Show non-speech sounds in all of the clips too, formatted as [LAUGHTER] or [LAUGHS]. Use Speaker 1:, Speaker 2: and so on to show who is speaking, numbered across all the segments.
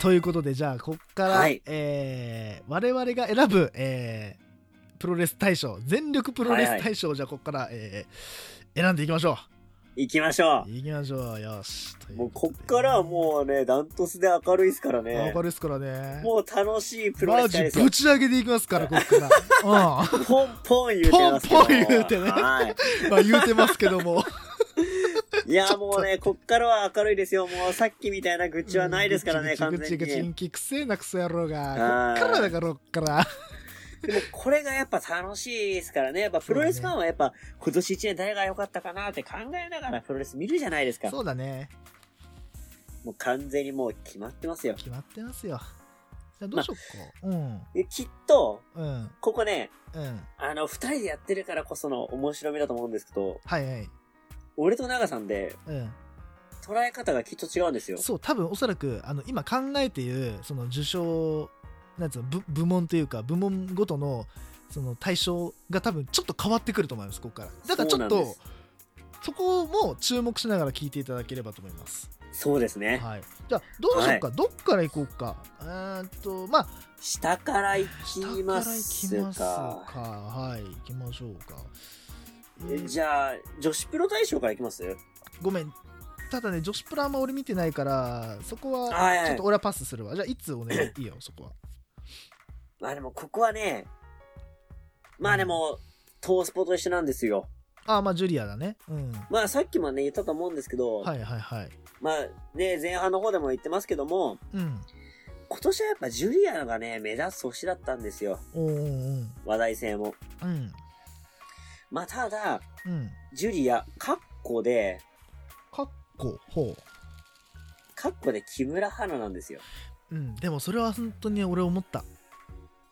Speaker 1: ということで、じゃあ、こっから、
Speaker 2: はい
Speaker 1: えー我々が選ぶ、えープロレス大賞、全力プロレス大賞、じゃあ、こっから、えー選んでいきましょ
Speaker 2: 行きましょ
Speaker 1: う。いきましょう、よし。と
Speaker 2: う。
Speaker 1: い
Speaker 2: もう
Speaker 1: こ
Speaker 2: こと
Speaker 1: で
Speaker 2: っからはもうね、ダントツで明るいですからね
Speaker 1: 明。るいですからね。
Speaker 2: もう楽しいプロレ
Speaker 1: マ
Speaker 2: ス界
Speaker 1: ジ
Speaker 2: ですよ
Speaker 1: ぶ。ち上げでいきますから、こっから。うん。
Speaker 2: ポンポン言うてますけど。
Speaker 1: ポンポン言うてね
Speaker 2: はい。
Speaker 1: まあ、言うてますけども。[LAUGHS]
Speaker 2: いや、もうね、こっからは明るいですよ。もうさっきみたいな愚痴はないですからね、
Speaker 1: うん
Speaker 2: 完
Speaker 1: ぐち
Speaker 2: 全
Speaker 1: ぐちぐちぐち
Speaker 2: に
Speaker 1: ん。きくせえなクソ野郎
Speaker 2: は
Speaker 1: が。
Speaker 2: い
Speaker 1: こっからだから、こっから。
Speaker 2: でもこれがやっぱ楽しいですからね。やっぱプロレスファンはやっぱ今年一年誰が良かったかなって考えながらプロレス見るじゃないですか。
Speaker 1: そうだね。
Speaker 2: もう完全にもう決まってますよ。
Speaker 1: 決まってますよ。じゃあ、どうしよっか。うん。
Speaker 2: できっと、
Speaker 1: うん。
Speaker 2: ここね、
Speaker 1: うん。
Speaker 2: あの、二人でやってるからこその面白みだと思うんですけど、
Speaker 1: はいはい。
Speaker 2: 俺と長さんで
Speaker 1: うん。
Speaker 2: 捉え方がきっと違うんですよ。
Speaker 1: そう多分おそらくあの今考えているその受賞なんつうの部部門というか部門ごとのその対象が多分ちょっと変わってくると思いますここからだからちょっ
Speaker 2: そうなん
Speaker 1: と
Speaker 2: で
Speaker 1: そこも注目しながら聞いていただければと思います、
Speaker 2: そうですね。
Speaker 1: はい、じゃあどうしようか、どっから行こうかえーっとまあ
Speaker 2: 下から
Speaker 1: 下
Speaker 2: 行
Speaker 1: から
Speaker 2: き
Speaker 1: 行き
Speaker 2: ま
Speaker 1: ます
Speaker 2: す
Speaker 1: か
Speaker 2: か。
Speaker 1: はい行きましょうか、え
Speaker 2: え
Speaker 1: ー
Speaker 2: じゃあ、女子プロ大賞から行きます
Speaker 1: ごめんただね女子プラあんま俺見てないからそこは
Speaker 2: はいはい
Speaker 1: ちょっと俺はパスするわじゃあいつお願
Speaker 2: [LAUGHS]
Speaker 1: いいいよそこは
Speaker 2: まあでもここはね、まあでも、トースポと一緒なんですよ。
Speaker 1: あまあジュリアだねうん
Speaker 2: まあさっきもね言ったと思うんですけど、
Speaker 1: はいはいはい
Speaker 2: まあね前半の方でも言ってますけども
Speaker 1: うん
Speaker 2: 今年はやっぱジュリアがね目立つ年だったんですよ
Speaker 1: おーうん
Speaker 2: 話題性も
Speaker 1: うん
Speaker 2: まあただ
Speaker 1: うん
Speaker 2: ジュリアカッコで
Speaker 1: かっこほ
Speaker 2: カッコで木村花なんですよ
Speaker 1: ううんでもそれは本当に俺思った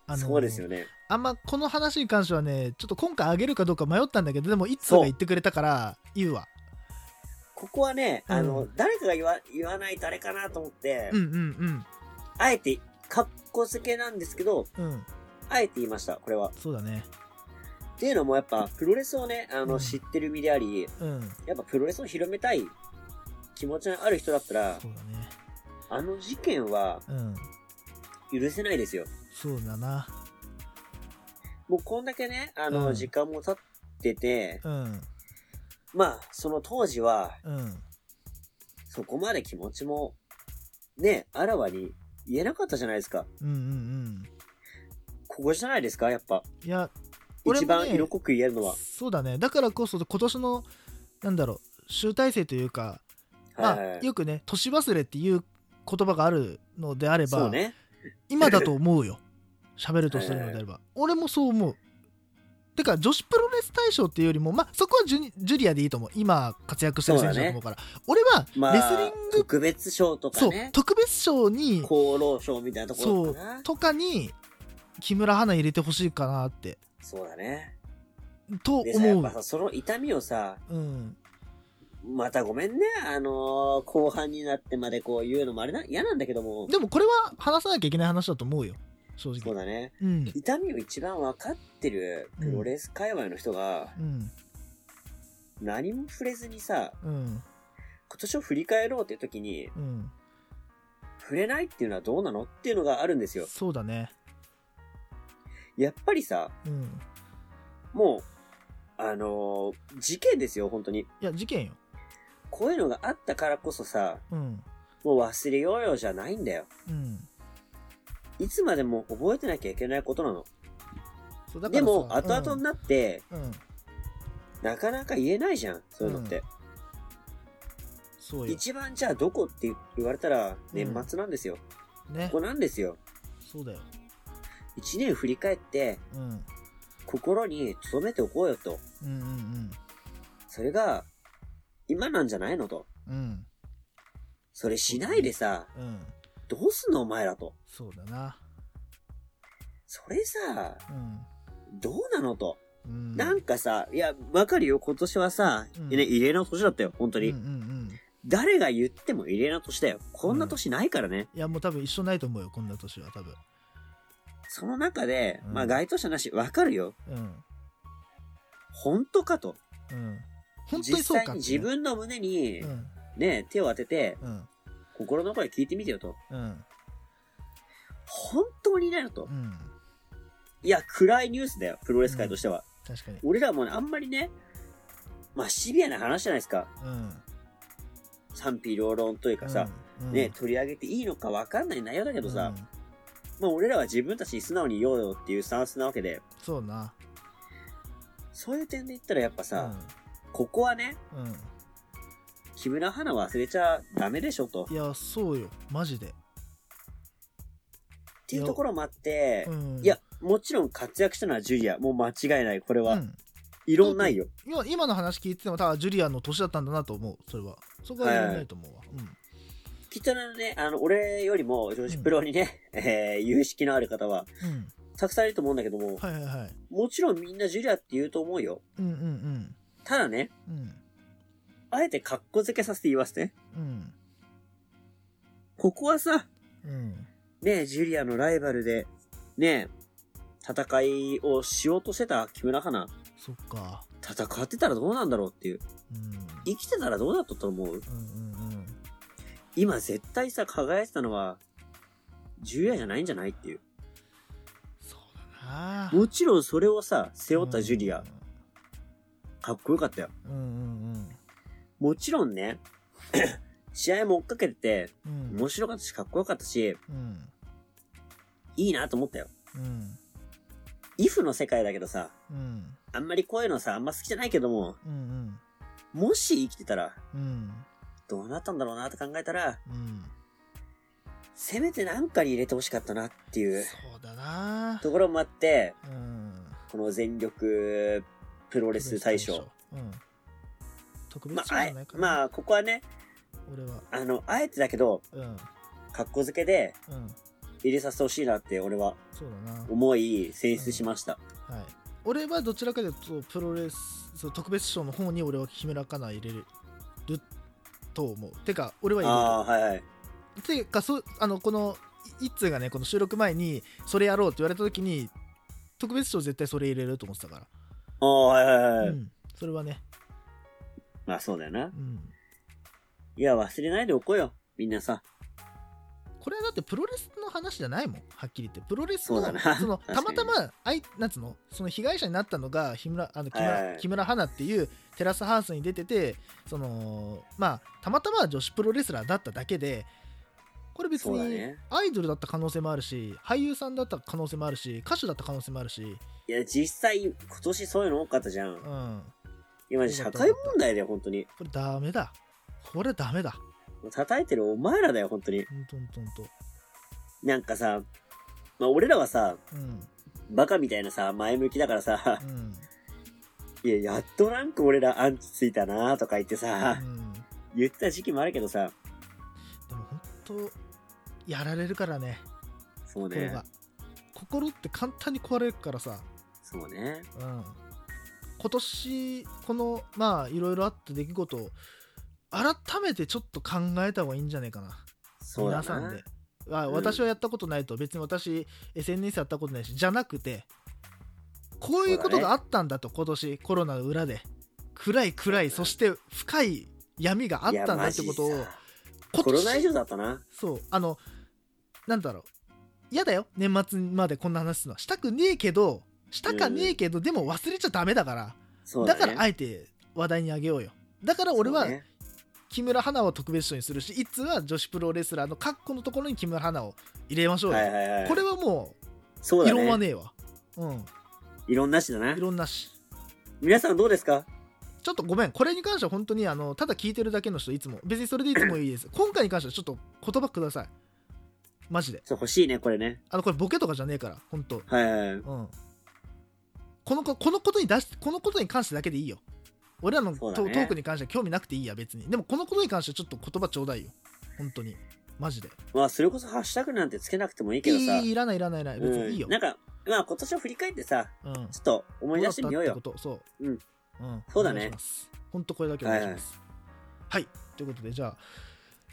Speaker 1: あ
Speaker 2: そうですよね
Speaker 1: あんまこの話に関してはねちょっと今回あげるかどうか迷ったんだけどでもいつかが言ってくれたから言うわ
Speaker 2: ここはねあの、
Speaker 1: うん
Speaker 2: 誰かが言わ言わないとあれかなと思って、
Speaker 1: うんうん
Speaker 2: あえてカッコ付けなんですけど
Speaker 1: うんうん
Speaker 2: あえて言いましたこれは
Speaker 1: そうだね
Speaker 2: っていうのもやっぱプロレスをねあ
Speaker 1: う
Speaker 2: の
Speaker 1: ん
Speaker 2: 知ってる身であり
Speaker 1: うん
Speaker 2: やっぱプロレスを広めたい気持ちのある人だったら
Speaker 1: そうだね
Speaker 2: あの事件は
Speaker 1: うん
Speaker 2: 許せないですよ。
Speaker 1: そうだな
Speaker 2: もうこんだけね、あの、
Speaker 1: うん
Speaker 2: 時間も経ってて、
Speaker 1: うん
Speaker 2: まあ、その当時は、
Speaker 1: うん
Speaker 2: そこまで気持ちも、ね、あらわに言えなかったじゃないですか。
Speaker 1: うんうんうん
Speaker 2: ここじゃないですか、やっぱ。
Speaker 1: いや俺もね
Speaker 2: 一番色濃く言えるのは。
Speaker 1: そうだねだからこそ今年のなんだろう集大成というかまあ、
Speaker 2: はい。
Speaker 1: よくね年忘れっていう言葉があるのであれ
Speaker 2: そ
Speaker 1: ば、
Speaker 2: うね。
Speaker 1: 今だと思
Speaker 2: [LAUGHS]
Speaker 1: うよ喋るとするのであれば、俺もそう思うてか女子プロレス大賞っていうよりもまあそこはジュニジュリアでいいと思う今活躍してる選手だと思うから俺は
Speaker 2: まあ、
Speaker 1: レスリング、
Speaker 2: 特別賞とか
Speaker 1: そう
Speaker 2: ね、
Speaker 1: 特別賞に
Speaker 2: 厚労省みたいなところかな。
Speaker 1: とかに木村花入れてほしいかなって
Speaker 2: そうだね。
Speaker 1: と
Speaker 2: でさ、や
Speaker 1: 思
Speaker 2: っぱ
Speaker 1: う
Speaker 2: さ、その痛みをさ、
Speaker 1: うん
Speaker 2: またごめんね、あのー後半になってまでこう言うのもあれな、嫌なんだけども、
Speaker 1: でもこれは話さなきゃいけない話だと思うよ正
Speaker 2: そう
Speaker 1: 直
Speaker 2: だね。
Speaker 1: うん
Speaker 2: 痛みを一番分かってるプロレス界隈の人が
Speaker 1: うん
Speaker 2: 何も触れずにさ
Speaker 1: うん
Speaker 2: 今年を振り返ろうっていう時に
Speaker 1: うん
Speaker 2: 触れないっていうのはどうなのっていうのがあるんですよ
Speaker 1: そうだね
Speaker 2: やっぱりさ
Speaker 1: うん
Speaker 2: もうあのー事件ですよ本当に
Speaker 1: いや事件よ
Speaker 2: こういうのがあったからこそさ
Speaker 1: うん
Speaker 2: もう忘れようよじゃないんだよ
Speaker 1: うん
Speaker 2: いつまでも覚えてなきゃいけないことなの
Speaker 1: そうだから
Speaker 2: で
Speaker 1: さ
Speaker 2: も後々になって、
Speaker 1: うん、うん
Speaker 2: なかなか言えないじゃんそういうのって、
Speaker 1: そうよ
Speaker 2: 一番じゃあどこって言われたら年末なんですよ、
Speaker 1: ね
Speaker 2: ここなんですよ
Speaker 1: そうだよ
Speaker 2: 一年振り返って
Speaker 1: うんうん
Speaker 2: 心に留めておこうよと。
Speaker 1: うん
Speaker 2: それが、今なんじゃないのと。
Speaker 1: うんうん
Speaker 2: それしないでさ、
Speaker 1: うん
Speaker 2: どうすんのお前らと。
Speaker 1: そうだな
Speaker 2: それさ、
Speaker 1: うん
Speaker 2: どうなのと。
Speaker 1: うん
Speaker 2: なんかさ、いや、わかるよ、今年はさ、
Speaker 1: うん
Speaker 2: ね、異例の年だったよ、本当に。
Speaker 1: うんうんうん
Speaker 2: 誰が言っても異例な年だよ。こんな年ないからね。
Speaker 1: いやもう多分一緒ないと思うよこんな年は多分
Speaker 2: その中で、
Speaker 1: うん
Speaker 2: まあ、該当者なし、わかるよ。
Speaker 1: うん
Speaker 2: 本当かと。
Speaker 1: うん本当に
Speaker 2: 実
Speaker 1: そう
Speaker 2: 際
Speaker 1: か
Speaker 2: に
Speaker 1: ってね
Speaker 2: 自分の胸に、ね、手を当てて、
Speaker 1: うん
Speaker 2: 心の声聞いてみてよと。
Speaker 1: うんうん
Speaker 2: 本当にいないのと
Speaker 1: う。ん
Speaker 2: いや、暗いニュースだよ、プロレス界としては。
Speaker 1: 確かに
Speaker 2: 俺らもねあんまりね、まあシビアな話じゃないですか。
Speaker 1: うん
Speaker 2: 賛否両論というかさ、
Speaker 1: うん
Speaker 2: ね、取り上げていいのかわかんない内容だけ
Speaker 1: う
Speaker 2: ど
Speaker 1: ん
Speaker 2: さ、まあ俺らは自分たちに素直に言おうよっていうスタンスなわけで、
Speaker 1: そうな
Speaker 2: そういう点で言ったらやっぱさ、ここはね、
Speaker 1: うんうん
Speaker 2: 木村花忘れちゃダメでしょと。
Speaker 1: いやそうよマジで
Speaker 2: っていうところもあって
Speaker 1: う、ん
Speaker 2: いや、もちろん活躍したのはジュリア。もう間違いない。これ
Speaker 1: う
Speaker 2: は、
Speaker 1: ん
Speaker 2: 異論ないよ。
Speaker 1: 今今の話聞いてても多分ジュリアンの年だったんだなと思うそれはそこは言えないと思うわ
Speaker 2: きっとね、あの、俺よりも、女子プロにね、えー有識のある方は、
Speaker 1: うんうん
Speaker 2: たくさんいると思うんだけども、
Speaker 1: はいはいはい
Speaker 2: もちろんみんなジュリアって言うと思うよ。
Speaker 1: うんうん
Speaker 2: ただね、
Speaker 1: うんうん
Speaker 2: あえて格好付けさせて言いますね。
Speaker 1: うん
Speaker 2: ここはさ、
Speaker 1: うん
Speaker 2: ねジュリアのライバルで、ね戦いをしようとしてた木村花、
Speaker 1: そっか
Speaker 2: 戦ってたらどうなんだろうっていう。
Speaker 1: うん
Speaker 2: 生きてたらどうだったと思う
Speaker 1: うんうんうん
Speaker 2: 今絶対さ、輝いてたのは、ジュリアじゃないんじゃないっていう。
Speaker 1: そうだな
Speaker 2: もちろんそれをさ、背負ったジュリア、かっこよかったよ。
Speaker 1: うんうん
Speaker 2: もちろんね、 [COUGHS] 試合も追っかけてて、
Speaker 1: うんうん
Speaker 2: 面白かったし、かっこよかったし、
Speaker 1: うん
Speaker 2: いいなと思ったよ。
Speaker 1: うん
Speaker 2: イフの世界だけどさ、
Speaker 1: うん
Speaker 2: あんまりこういうのさ、あんま好きじゃないけども、
Speaker 1: うんうん
Speaker 2: もし生きてたら、
Speaker 1: うん
Speaker 2: どうなったんだろうなって考えたら、
Speaker 1: うん
Speaker 2: せめてなんかに入れてほしかったなっていう
Speaker 1: そうだな
Speaker 2: ところもあって、
Speaker 1: うん
Speaker 2: この全力プロ
Speaker 1: プ
Speaker 2: レス大賞。
Speaker 1: うん特
Speaker 2: ま
Speaker 1: 別
Speaker 2: あ、
Speaker 1: 賞
Speaker 2: あ
Speaker 1: じ
Speaker 2: え
Speaker 1: ゃないかな、
Speaker 2: まあ、ここはね、
Speaker 1: 俺は
Speaker 2: あの、あえてだけど、
Speaker 1: うん
Speaker 2: 格好付けで
Speaker 1: うん
Speaker 2: 入れさせてほしいなって俺は
Speaker 1: そうだな
Speaker 2: 思い選出しました。
Speaker 1: はい、俺はどちらかというとプロレスそう特別賞の方に俺は木村カナ入れると思うてか俺は
Speaker 2: ああ
Speaker 1: 入
Speaker 2: ー、はいはい。
Speaker 1: れるてかそうあのこのい一通がねこの収録前にそれやろうって言われた時に特別賞絶対それ入れると思ってたか
Speaker 2: ああ、はいはい
Speaker 1: ら、
Speaker 2: はい。
Speaker 1: うん、それはね、
Speaker 2: まあそうだよな
Speaker 1: う。ん、
Speaker 2: いや、忘れないでおこうよ。みんなさ。
Speaker 1: これはだってプロレスの話じゃないもんはっきり言ってプロレスの
Speaker 2: そうだな
Speaker 1: の
Speaker 2: 確か
Speaker 1: た
Speaker 2: に
Speaker 1: またまあいなんつうのその被害者になったのが日村あの木村,、
Speaker 2: はいはい
Speaker 1: 木村花っていうテラスハウスに出ててそのまあたまたま女子プロレスラーだっただけでこれ別
Speaker 2: そうだ
Speaker 1: に
Speaker 2: ね
Speaker 1: アイドルだった可能性もあるし、俳優さんだった可能性もあるし歌手だった可能性もあるし
Speaker 2: いや、実際、今年そういうの多かったじゃ。
Speaker 1: うんん
Speaker 2: 今、社会問題だよ、本当に。
Speaker 1: これダメだこれダメだ
Speaker 2: 叩いてるお前らだよ、本当に。
Speaker 1: ほんとほんとほんと
Speaker 2: なんかさ、まあ俺らはさ、
Speaker 1: うん
Speaker 2: バカみたいなさ、前向きだからさ
Speaker 1: う、ん
Speaker 2: いや、やっとなんか俺らアンチついたなとか言ってさ
Speaker 1: う、んで
Speaker 2: 言った時期もあるけどさ、
Speaker 1: も本当やられるからね
Speaker 2: そう
Speaker 1: 心
Speaker 2: ね
Speaker 1: が。心って簡単に壊れるからさ、
Speaker 2: そうね。
Speaker 1: うん、今年このまあいろいろあった出来事を改めてちょっと考えた方がいいんじゃないかな
Speaker 2: そうだ
Speaker 1: 皆さん
Speaker 2: な
Speaker 1: で。あ
Speaker 2: うん
Speaker 1: 私はやったことないと、別に私 SNS やったことないしじゃなくてこういうことがあったんだと今年コロナの裏で暗い暗いそして深い闇があったんだってことを
Speaker 2: いやマジさ
Speaker 1: 今
Speaker 2: コロナ以
Speaker 1: 年
Speaker 2: 上だったな。
Speaker 1: そうあのなんだろう嫌だよ年末までこんな話するのはしたくねえけどしたかねえけど、でも忘れちゃダメだから
Speaker 2: そうだ
Speaker 1: だ
Speaker 2: ね。
Speaker 1: からあえて話題にあげようよだから俺は
Speaker 2: そうね
Speaker 1: 木村花を特別賞にするし、いつは女子プロレスラーのカッコのところに木村花を入れましょうよ、
Speaker 2: はいはいはい。
Speaker 1: これはも
Speaker 2: そううだ
Speaker 1: 異論は
Speaker 2: ね。
Speaker 1: ねえわうん
Speaker 2: 異論なしだな
Speaker 1: 異。論なし
Speaker 2: 皆さんどうですか
Speaker 1: ちょっとごめんこれに関しては本当にあのただ聞いてるだけの人いつも別にそれでいつもいいです今回に関してはちょっと言葉くださいマジで
Speaker 2: そう欲しいね、これね。
Speaker 1: あのこれボケとかじゃねえから本当
Speaker 2: はいはいはい。
Speaker 1: うん、このここのことに出しこのことに関してだけでいいよ俺らの
Speaker 2: そ
Speaker 1: ト,、
Speaker 2: うだ
Speaker 1: ト
Speaker 2: ね
Speaker 1: ークに関しては興味なくていいや別にでもこのことに関してはちょっと言葉ちょうだいよ本当にマジで
Speaker 2: まあ、それこそハッシュタグなんてつけなくてもいい
Speaker 1: い
Speaker 2: けどさ。
Speaker 1: いいいらないいらないいらない別にいいよ
Speaker 2: うん、なんか、まあ今年を振り返ってさ、
Speaker 1: うん、
Speaker 2: ちょっと思い出してみよう
Speaker 1: どう
Speaker 2: よ。
Speaker 1: だったってことそうう、
Speaker 2: ん
Speaker 1: うん
Speaker 2: そうだね
Speaker 1: お願いします本当これだけお願いしますはい、ということでじゃあ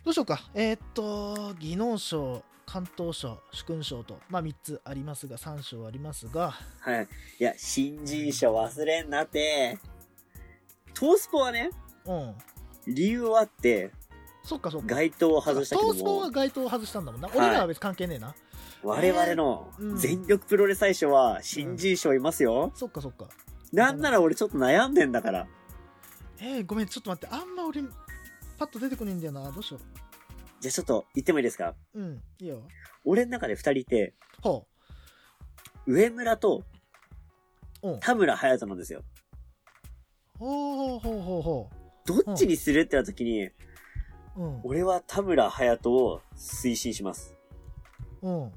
Speaker 1: どうしようかえーっと技能賞関東賞主君賞とまあ3つありますが3賞ありますが
Speaker 2: はい。いや、新人賞忘れんなって。トースポはね、
Speaker 1: うん
Speaker 2: 理由はあって、
Speaker 1: そっかそっか。
Speaker 2: 街灯を外したけど
Speaker 1: 闘争
Speaker 2: も
Speaker 1: は、街灯を外したんだもんな。
Speaker 2: はい
Speaker 1: 俺らは別に関係ねえな。
Speaker 2: 我々の
Speaker 1: うん
Speaker 2: 全力プロレス大賞は新人賞いますよ。
Speaker 1: そっかそっか。
Speaker 2: なんなら俺ちょっと悩んでんだから。
Speaker 1: えー、ごめん、ちょっと待って。あんま俺、パッと出てこねえんだよな。どうしよ
Speaker 2: じゃあちょっと言ってもいいですか
Speaker 1: う。うん、いいよ。
Speaker 2: 俺の中で二人いて、
Speaker 1: ほ
Speaker 2: 上村と
Speaker 1: う。うん。
Speaker 2: 田村隼人なんですよ。
Speaker 1: ほうほうほうほうほ
Speaker 2: どっちにするってなった時に、
Speaker 1: う。うん。
Speaker 2: 俺は田村隼人を推進します。
Speaker 1: うん。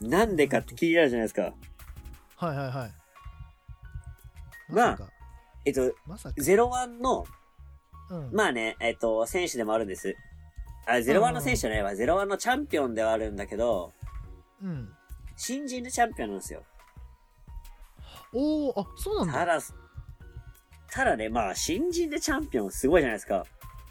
Speaker 2: なんでかって気になるじゃないですか。
Speaker 1: はいはいはい。ま
Speaker 2: まあ
Speaker 1: さか。
Speaker 2: えっと、
Speaker 1: まさか。
Speaker 2: ゼロワンの、
Speaker 1: うん。
Speaker 2: まあね、えっと、選手でもあるんです。あ、ゼロワンの選手じゃないわ。ゼロワンのチャンピオンではあるんだけど、
Speaker 1: うん。
Speaker 2: 新人でチャンピオンなんですよ。
Speaker 1: おお、あ、そうなん
Speaker 2: た
Speaker 1: だ。
Speaker 2: だ、ただね、まあ、新人でチャンピオンすごいじゃないですか。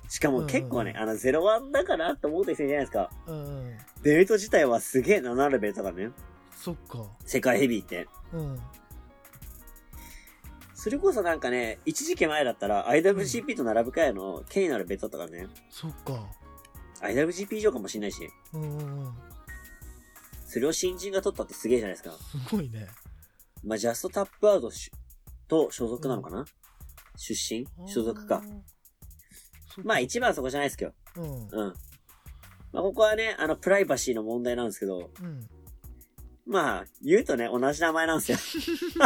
Speaker 2: しかも結構ね、
Speaker 1: うん
Speaker 2: あの、ゼロワンだからと思ってきてるじゃないですか。
Speaker 1: うんうん。
Speaker 2: ベルト自体はすげえ7レベルとかね。
Speaker 1: そっか。
Speaker 2: 世界ヘビーって。
Speaker 1: うん。
Speaker 2: それこそなんかね、一時期前だったら IWGP と並ぶかやの、権威のあるベルトとかね、
Speaker 1: そっか。
Speaker 2: IWGP 以上かもしれないし、
Speaker 1: うんうんうん。
Speaker 2: それを新人が取ったってすげえじゃないですか。
Speaker 1: すごいね。
Speaker 2: まあ、ジャストタップアウトしと所属なのかな、出身所属か。。まあ、
Speaker 1: い。
Speaker 2: 一番はそこじゃないですけど。
Speaker 1: うん。
Speaker 2: うん。まあ、ここはね、あの、プライバシーの問題なんですけど、
Speaker 1: うん。
Speaker 2: まあ、言うとね、同じ名前なんですよ。
Speaker 1: [LAUGHS]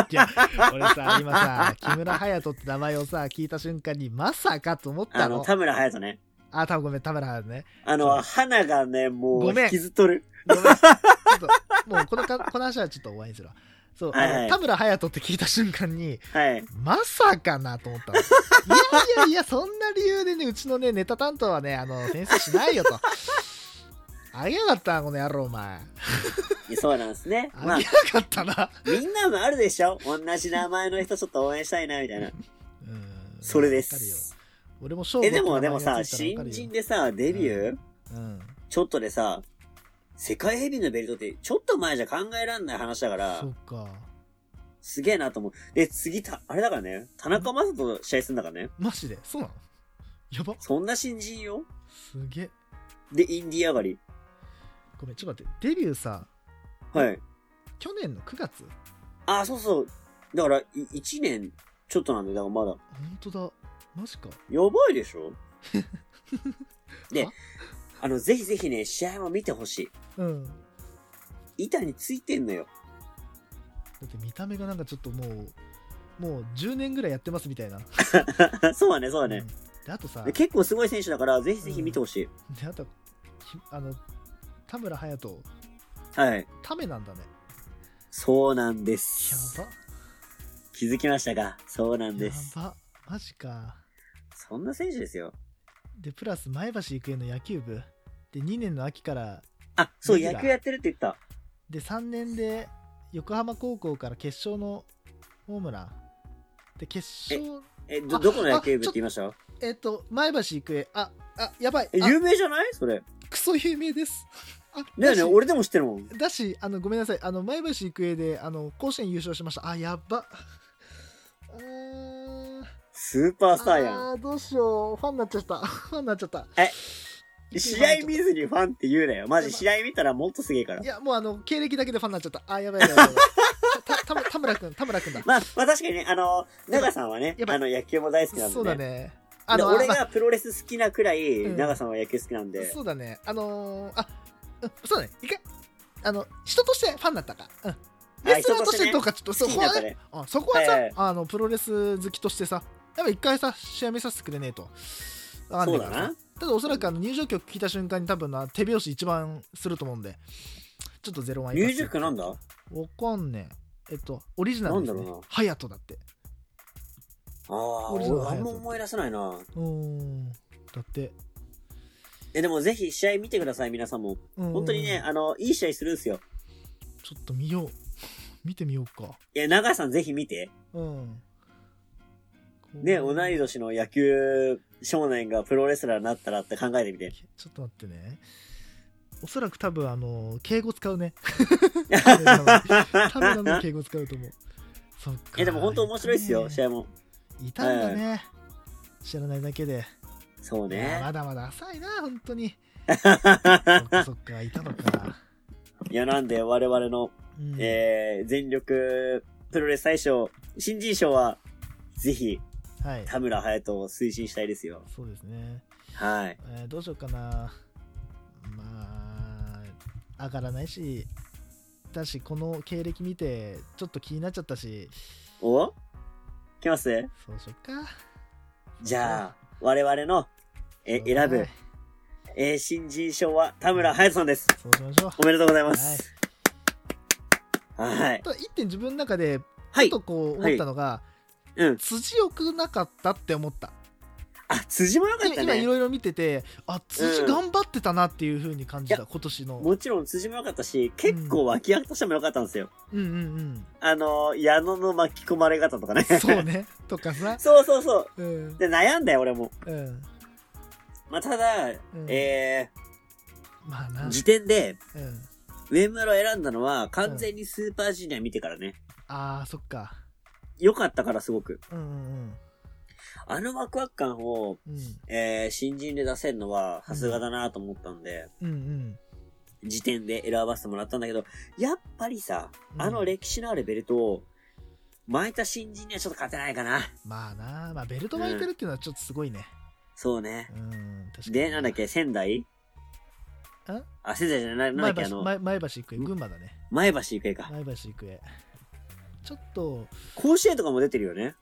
Speaker 1: いや、俺さ、今さ、木村隼人って名前をさ、聞いた瞬間に、まさかと思っ
Speaker 2: あ
Speaker 1: た
Speaker 2: の、
Speaker 1: の。
Speaker 2: 田村隼人ね。
Speaker 1: あ、多分ごめん、田村隼人ね。
Speaker 2: あ
Speaker 1: そ
Speaker 2: の、
Speaker 1: う
Speaker 2: 花がね、もう、
Speaker 1: ごめん
Speaker 2: 引きずっとる。
Speaker 1: ご
Speaker 2: [LAUGHS]
Speaker 1: めん。ちょっと、もうこのか、この話はちょっと終わりにするわ。そう、
Speaker 2: はいはい
Speaker 1: あの田村隼人って聞いた瞬間に、
Speaker 2: はい。
Speaker 1: まさかなと思ったの。いやいやいや、そんな理由でね、うちのね、ネタ担当はね、あの、先生しないよ
Speaker 2: [LAUGHS]
Speaker 1: と。あげやがったな、この野郎、お前。
Speaker 2: いや [LAUGHS] そうなんですね。ま
Speaker 1: あ
Speaker 2: あ
Speaker 1: げや、がったな。
Speaker 2: みんなもあるでしょ同じ名前の人ちょっと応援したいな、みたいな。
Speaker 1: うん
Speaker 2: それで
Speaker 1: わかるよ
Speaker 2: す。
Speaker 1: 俺も勝負
Speaker 2: え、でも、でもさ、新人でさ、デビュー、
Speaker 1: うん。
Speaker 2: ちょっとでさ、世界ヘビーのベルトって、ちょっと前じゃ考えらんない話だから
Speaker 1: そ、っか。
Speaker 2: すげえなと思う。で、次た、あれだからね、田中正人と試合するんだからね。
Speaker 1: マジでそうなのやば。
Speaker 2: そんな新人よ
Speaker 1: すげえ。
Speaker 2: で、インディ上がり。
Speaker 1: ごめん、ちょっと待って。デビューさ、
Speaker 2: はい。
Speaker 1: 去年の9月
Speaker 2: あ、そうそう。だから、い1年ちょっとなんで、だからまだ。
Speaker 1: 本当だ。マジか。
Speaker 2: やばいで
Speaker 1: [LAUGHS]
Speaker 2: しょで
Speaker 1: あ、
Speaker 2: あの、ぜひぜひね、試合も見てほし
Speaker 1: うん。だ
Speaker 2: い。板についてんのよ。 [LAUGHS]
Speaker 1: って見た目がなんかちょっともう、もう10年ぐらいやってますみたいな。
Speaker 2: そうだね、そうだ
Speaker 1: う
Speaker 2: ね
Speaker 1: ん。で、あとさ、
Speaker 2: で
Speaker 1: で、
Speaker 2: 結構すごい選手だから、ぜひぜひ見てほしい。
Speaker 1: あと、きあの、田村隼人、
Speaker 2: はい。
Speaker 1: ためなんだね。
Speaker 2: そうなんで
Speaker 1: や
Speaker 2: す。
Speaker 1: ば。
Speaker 2: 気づきましたかそうなん
Speaker 1: や
Speaker 2: です。
Speaker 1: ば。マジか。
Speaker 2: そんな選手ですよ。
Speaker 1: で、プラス、前橋育英の野球部。で、2年の秋から
Speaker 2: あ、そう、
Speaker 1: レギュラー
Speaker 2: 野球やってるって言った。
Speaker 1: で3年で横浜高校から決勝のホームランで決勝
Speaker 2: え、ど、
Speaker 1: あ
Speaker 2: どこの野球部って言いました
Speaker 1: えっ、と前橋育英ああやばい
Speaker 2: え、
Speaker 1: あ
Speaker 2: 有名じゃないそれ。
Speaker 1: クソ有名ですあ
Speaker 2: だよね、
Speaker 1: し
Speaker 2: 俺でも知ってるもん。
Speaker 1: だしあのごめんなさいあの前橋育英であの甲子園優勝しましたあやばあー
Speaker 2: スーパースターやん。
Speaker 1: あーどうしようファンになっちゃったファンになっちゃった
Speaker 2: え試合見ずにファンって言うなよ。マジ、試合見たらもっとすげえから
Speaker 1: い。やもうあの経歴だけでファンになっちゃったあーやばいやばいやばいたた田村君田村君だ
Speaker 2: [LAUGHS] まあ、まあ確かにね、あの、長さんはね
Speaker 1: や、ばい
Speaker 2: あの、野球も大好きなんで、ね。
Speaker 1: そうだね
Speaker 2: で。俺
Speaker 1: ま
Speaker 2: がプロレス好きなくらい、
Speaker 1: うん
Speaker 2: 長さんは野球好きなんで
Speaker 1: そ。うだね。あのー、あ、うんそうだね。一回、あの、人としてファンだったか。うん。レスラーとしてどうかちょっと、そ
Speaker 2: 好き
Speaker 1: こ
Speaker 2: だ
Speaker 1: は
Speaker 2: から
Speaker 1: ね、
Speaker 2: ね。
Speaker 1: あそこはさ、
Speaker 2: はいはい
Speaker 1: あの、プロレス好きとしてさ、やっぱ一回さ、試合見させてくれねえと。わかんな
Speaker 2: そう
Speaker 1: いか
Speaker 2: だ
Speaker 1: らさ
Speaker 2: な。。
Speaker 1: ただおそらくあの入場曲聞いた瞬間に多分な、手拍子一番すると思うんで、ちょっとゼロワン
Speaker 2: ミュージックなんだあ
Speaker 1: わかんねえ。えっと、オリジナルです
Speaker 2: なんだ
Speaker 1: ね
Speaker 2: ろうな。
Speaker 1: ハヤトだって。
Speaker 2: あー、
Speaker 1: 俺の
Speaker 2: 俺あんま思い出せないな。
Speaker 1: うーん。だって。
Speaker 2: え、でもぜひ試合見てください、皆さんも。
Speaker 1: うん
Speaker 2: 本当にね、。あの、いい試合するんですよ。
Speaker 1: ちょっと見よう。見てみようか。
Speaker 2: いや、長さんぜひ見て。
Speaker 1: うん。
Speaker 2: ね、
Speaker 1: こう
Speaker 2: 同い年の野球少年がプロレスラーになったらって考えてみて。
Speaker 1: ちょっと待ってね。おそらく多分、あの、敬語使う
Speaker 2: [LAUGHS]
Speaker 1: ね。カメラの敬語使うと思う。そっか。
Speaker 2: え、でも本当面白いですよ、試
Speaker 1: 合。
Speaker 2: 合も。
Speaker 1: いたんだね。知らないだけで。
Speaker 2: そう
Speaker 1: いや
Speaker 2: ね。
Speaker 1: まだまだ浅いな、本当
Speaker 2: [LAUGHS]
Speaker 1: に。そっか、そっか、いたのか。
Speaker 2: いや、なんで我々の、
Speaker 1: うん
Speaker 2: えー、全力プロレス大賞、新人賞は、ぜひ、
Speaker 1: はい。
Speaker 2: 田村隼人を推進したいですよ。
Speaker 1: そうですね。
Speaker 2: はい。
Speaker 1: えーどうしようかな。まあ、上がらないし、だし、この経歴見て、ちょっと気になっちゃったし、
Speaker 2: お来ます
Speaker 1: そうしよっか。
Speaker 2: じゃあ、我々の、え、選
Speaker 1: は
Speaker 2: ぶ
Speaker 1: い、
Speaker 2: えー新人賞は田村隼人さんです。
Speaker 1: そうしましょう。
Speaker 2: おめでとうございます。はい
Speaker 1: た。だ一点自分の中で、ちょ
Speaker 2: は
Speaker 1: っ
Speaker 2: い。
Speaker 1: とこう思ったのが、
Speaker 2: うん。
Speaker 1: 辻よくなかったって思った。
Speaker 2: あ、辻もよかっ
Speaker 1: で
Speaker 2: た
Speaker 1: 今い
Speaker 2: ね。
Speaker 1: ろいろ見てて、あ、辻
Speaker 2: うん
Speaker 1: 頑張ってたなっていう風に感じた、今年の。
Speaker 2: もちろん辻もよかったし、結構脇役としてもよかったんですよ。
Speaker 1: うんうん
Speaker 2: あの、矢野の巻き込まれ方とかね。
Speaker 1: うん。そうね。 [LAUGHS] とかさ。
Speaker 2: [LAUGHS] そうそうそう。
Speaker 1: うん。
Speaker 2: で、悩んだよ、俺も。
Speaker 1: うん。
Speaker 2: まあ、ただ、
Speaker 1: うん
Speaker 2: え
Speaker 1: まあ
Speaker 2: ー、
Speaker 1: な。
Speaker 2: 時点で、
Speaker 1: うん、
Speaker 2: 上村を選んだのは、完全にスーパージュニア見てからね。
Speaker 1: あー、そっか。
Speaker 2: 良かったから、すごく。
Speaker 1: うんうん
Speaker 2: あのワクワク感を、
Speaker 1: うん。うん
Speaker 2: えー、新人で出せるのは、さすがだなと思ったんで、
Speaker 1: うんうん。
Speaker 2: 時点で選ばせてもらったんだけど、やっぱりさ、
Speaker 1: うん
Speaker 2: あの歴史のあるベルトを、巻いた新人にはちょっと勝てないかな。
Speaker 1: まあな、まあベルト巻いてるっていうのはちょっとすごいね。
Speaker 2: そうね。
Speaker 1: うん、確かに。
Speaker 2: で、なんだっけ、仙台
Speaker 1: あ
Speaker 2: あ、仙台じゃない、なんだ
Speaker 1: 前
Speaker 2: っけ、あ
Speaker 1: 橋
Speaker 2: の、
Speaker 1: 前前橋育英、群馬だね。
Speaker 2: 前橋育英か。
Speaker 1: 前橋育英。ちょっと、
Speaker 2: 甲子園とかも出てるよね。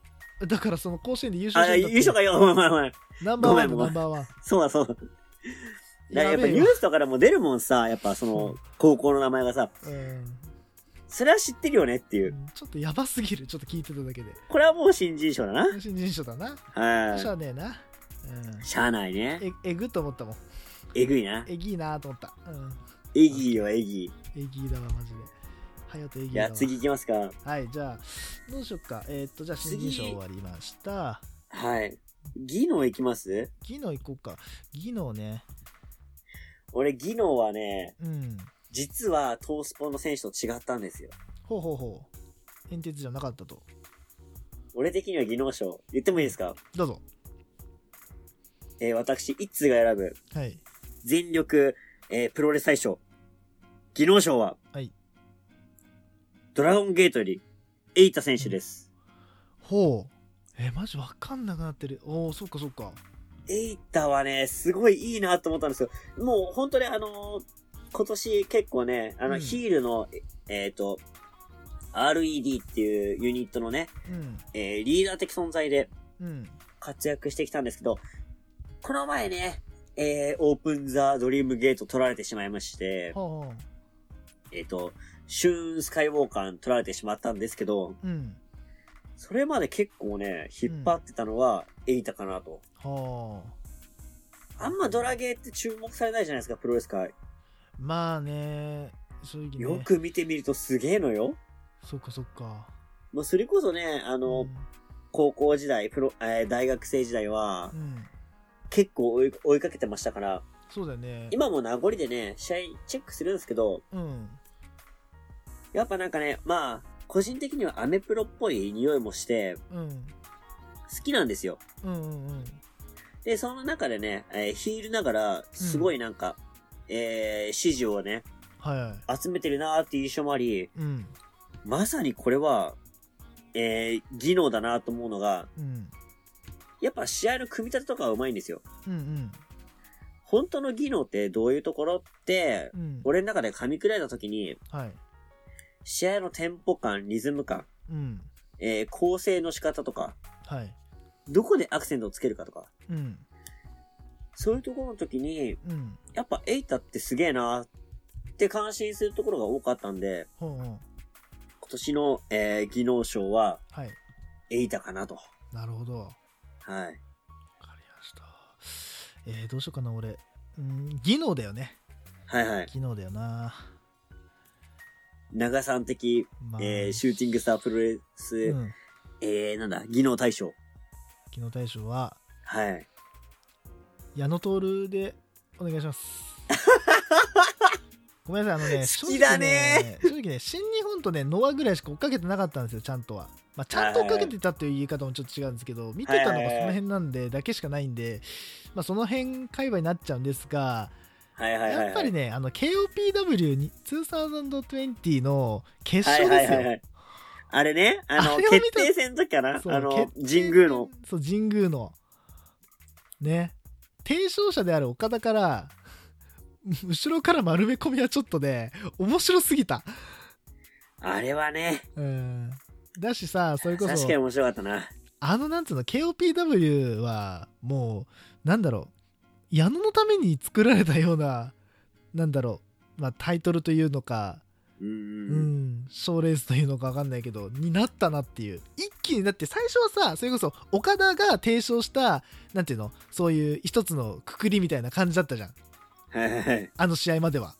Speaker 1: だからその甲子園で優勝し
Speaker 2: あ、
Speaker 1: てんだって
Speaker 2: 優勝かよ、ごめんごめんごめん。
Speaker 1: ナンバーワンの
Speaker 2: ご
Speaker 1: ナ
Speaker 2: めんごめん
Speaker 1: ンバーワン。
Speaker 2: そうだそうだ。だからやっ
Speaker 1: や
Speaker 2: ぱ
Speaker 1: べえ
Speaker 2: ニュ
Speaker 1: よ
Speaker 2: ースとかでも出るもんさ、やっぱその、高校の名前がさ、
Speaker 1: うん。
Speaker 2: それは知ってるよねっていう。
Speaker 1: ちょっとやばすぎる、ちょっと聞いてただけで。
Speaker 2: これはもう新人賞だな。
Speaker 1: 新人賞だな。しゃ
Speaker 2: は
Speaker 1: あねえな。
Speaker 2: い。しゃあないね
Speaker 1: う。ん。え、えぐっと思ったもん。
Speaker 2: えぐいな。
Speaker 1: えぎいなと思った。うん。
Speaker 2: えぎいよ、えぎい。
Speaker 1: えぎいだわ、マジで。はやとえぎい
Speaker 2: い
Speaker 1: だ
Speaker 2: や、
Speaker 1: わ。
Speaker 2: 次行きますか。
Speaker 1: はい、じゃあ、どうしよっか。えーっと、じゃあ、新人賞
Speaker 2: 次
Speaker 1: 終わりました。
Speaker 2: はい。技能行きます
Speaker 1: 技能行こうか。技能ね。
Speaker 2: 俺、技能はね、
Speaker 1: うん。
Speaker 2: 実はトースポの選手と違ったんですよ。
Speaker 1: ほうほうほう。変哲じゃなかったと。
Speaker 2: 俺的には技能賞。言ってもいいですか
Speaker 1: どうぞ。
Speaker 2: えー私、イッツが選ぶ、
Speaker 1: はい。
Speaker 2: 全力、えープロレス大賞。技能賞は、
Speaker 1: はい
Speaker 2: ドラゴンゲートより、エイタ選手です。
Speaker 1: ほう。え、マジわかんなくなってる。おお、そっかそっか。
Speaker 2: エイタはね、すごいいいなと思ったんですよ。もう、本当ね、あのー今年結構ね、あ
Speaker 1: う
Speaker 2: の、
Speaker 1: ん
Speaker 2: ヒールの、えっ、と、RED っていうユニットのね、
Speaker 1: うん。
Speaker 2: えーリーダー的存在で
Speaker 1: うん。
Speaker 2: 活躍してきたんですけど、この前ね、えーオープンザドリームゲート取られてしまいまして、
Speaker 1: ほうほ
Speaker 2: えっ、と、シューンスカイウォーカーに取られてしまったんですけど、
Speaker 1: う。うん。
Speaker 2: それまで結構ね、引っ張ってたのは、エイタかなと。
Speaker 1: ほう。
Speaker 2: あんまドラゲーって注目されないじゃないですか、プロレス界。
Speaker 1: まあね、正直ね。
Speaker 2: よく見てみるとすげえのよ。
Speaker 1: そっかそっか。
Speaker 2: もうそれこそね、あの、高校時代、プロ、えー大学生時代は
Speaker 1: う、ん、うん
Speaker 2: 結構追い追いかけてましたから、
Speaker 1: そうだよね。
Speaker 2: 今も名残でね、試合チェックするんですけど、
Speaker 1: うん。
Speaker 2: やっぱなんかね、まあ、個人的にはアメプロっぽい匂いもして、
Speaker 1: うん。
Speaker 2: 好きなんですよ。
Speaker 1: うんうんうん。
Speaker 2: で、その中でね、えーヒールながら、すごいなんか、えー、支持をね、
Speaker 1: はいはい。
Speaker 2: 集めてるなーっていう印象もあり、
Speaker 1: うん。
Speaker 2: まさにこれは、えー、技能だなと思うのが、
Speaker 1: うん。
Speaker 2: やっぱ試合の組み立てとかはうまいんですよ。
Speaker 1: うんうん。
Speaker 2: 本当の技能ってどういうところって
Speaker 1: う、ん。
Speaker 2: 俺の中で噛み砕いた時に、
Speaker 1: はい。
Speaker 2: 試合のテンポ感、リズム感、
Speaker 1: うん。
Speaker 2: えー、構成の仕方とか、
Speaker 1: はい。
Speaker 2: どこでアクセントをつけるかとか、
Speaker 1: うん。
Speaker 2: そういうところの時に、
Speaker 1: うん。
Speaker 2: やっぱエイタってすげえなーって感心するところが多かったんで、
Speaker 1: ほうほう。
Speaker 2: 今年の、えー、技能賞は、
Speaker 1: はい。
Speaker 2: エイタかなと。
Speaker 1: なるほど。わ
Speaker 2: はい。
Speaker 1: かりました。えー、どうしようかな、俺。うん、技能だよね。
Speaker 2: はいはい。
Speaker 1: 技能だよな。
Speaker 2: 長さん的、
Speaker 1: まあ、
Speaker 2: えー、シューティングスタープロレス、
Speaker 1: うん。
Speaker 2: えー、なんだ、技能大賞。
Speaker 1: 技能大賞は、
Speaker 2: はい。 [LAUGHS]
Speaker 1: 矢野徹でお願いします。ごめんなさい、あのね、
Speaker 2: 好きだね
Speaker 1: 正直ね正直ね、新日本とね、ノアぐらいしか追っかけてなかったんですよ、ちゃんとは。まあ、ちゃんと追っかけてたっていう言い方もちょっと違うんですけど、見てたのがその辺なんで、だけしかないんで、まあ、その辺界隈になっちゃうんですが、
Speaker 2: はいはいはいはい。
Speaker 1: やっぱり
Speaker 2: ね、
Speaker 1: ね、あの、KOPW2020 の決
Speaker 2: は
Speaker 1: 勝
Speaker 2: いはい
Speaker 1: です
Speaker 2: はいは
Speaker 1: よ。
Speaker 2: い。あれね、あの、
Speaker 1: あれを見
Speaker 2: 決
Speaker 1: た
Speaker 2: 定戦の時かな
Speaker 1: そう
Speaker 2: あの、
Speaker 1: 決定
Speaker 2: 神宮の。
Speaker 1: そう、神宮の。ね。提唱者である岡田から、 [LAUGHS] 後ろから丸め込みはちょっとね、面白すぎた。
Speaker 2: あれはね、
Speaker 1: うん。だしさ、それこ
Speaker 2: 確
Speaker 1: そ
Speaker 2: かに、面白かったな。
Speaker 1: あの、なんつうの、KOPW は、もう、なんだろう、矢野のために作られたような、なんだろう、まあ、タイトルというのか、
Speaker 2: うん
Speaker 1: う
Speaker 2: うん。
Speaker 1: ん、賞レースというのかわかんないけど、になったなっていう。一気に、だって最初はさ、それこそ、岡田が提唱した、なんていうの、そういう一つのくくりみたいな感じだったじゃん。
Speaker 2: はいはいはい。
Speaker 1: あの試合までは。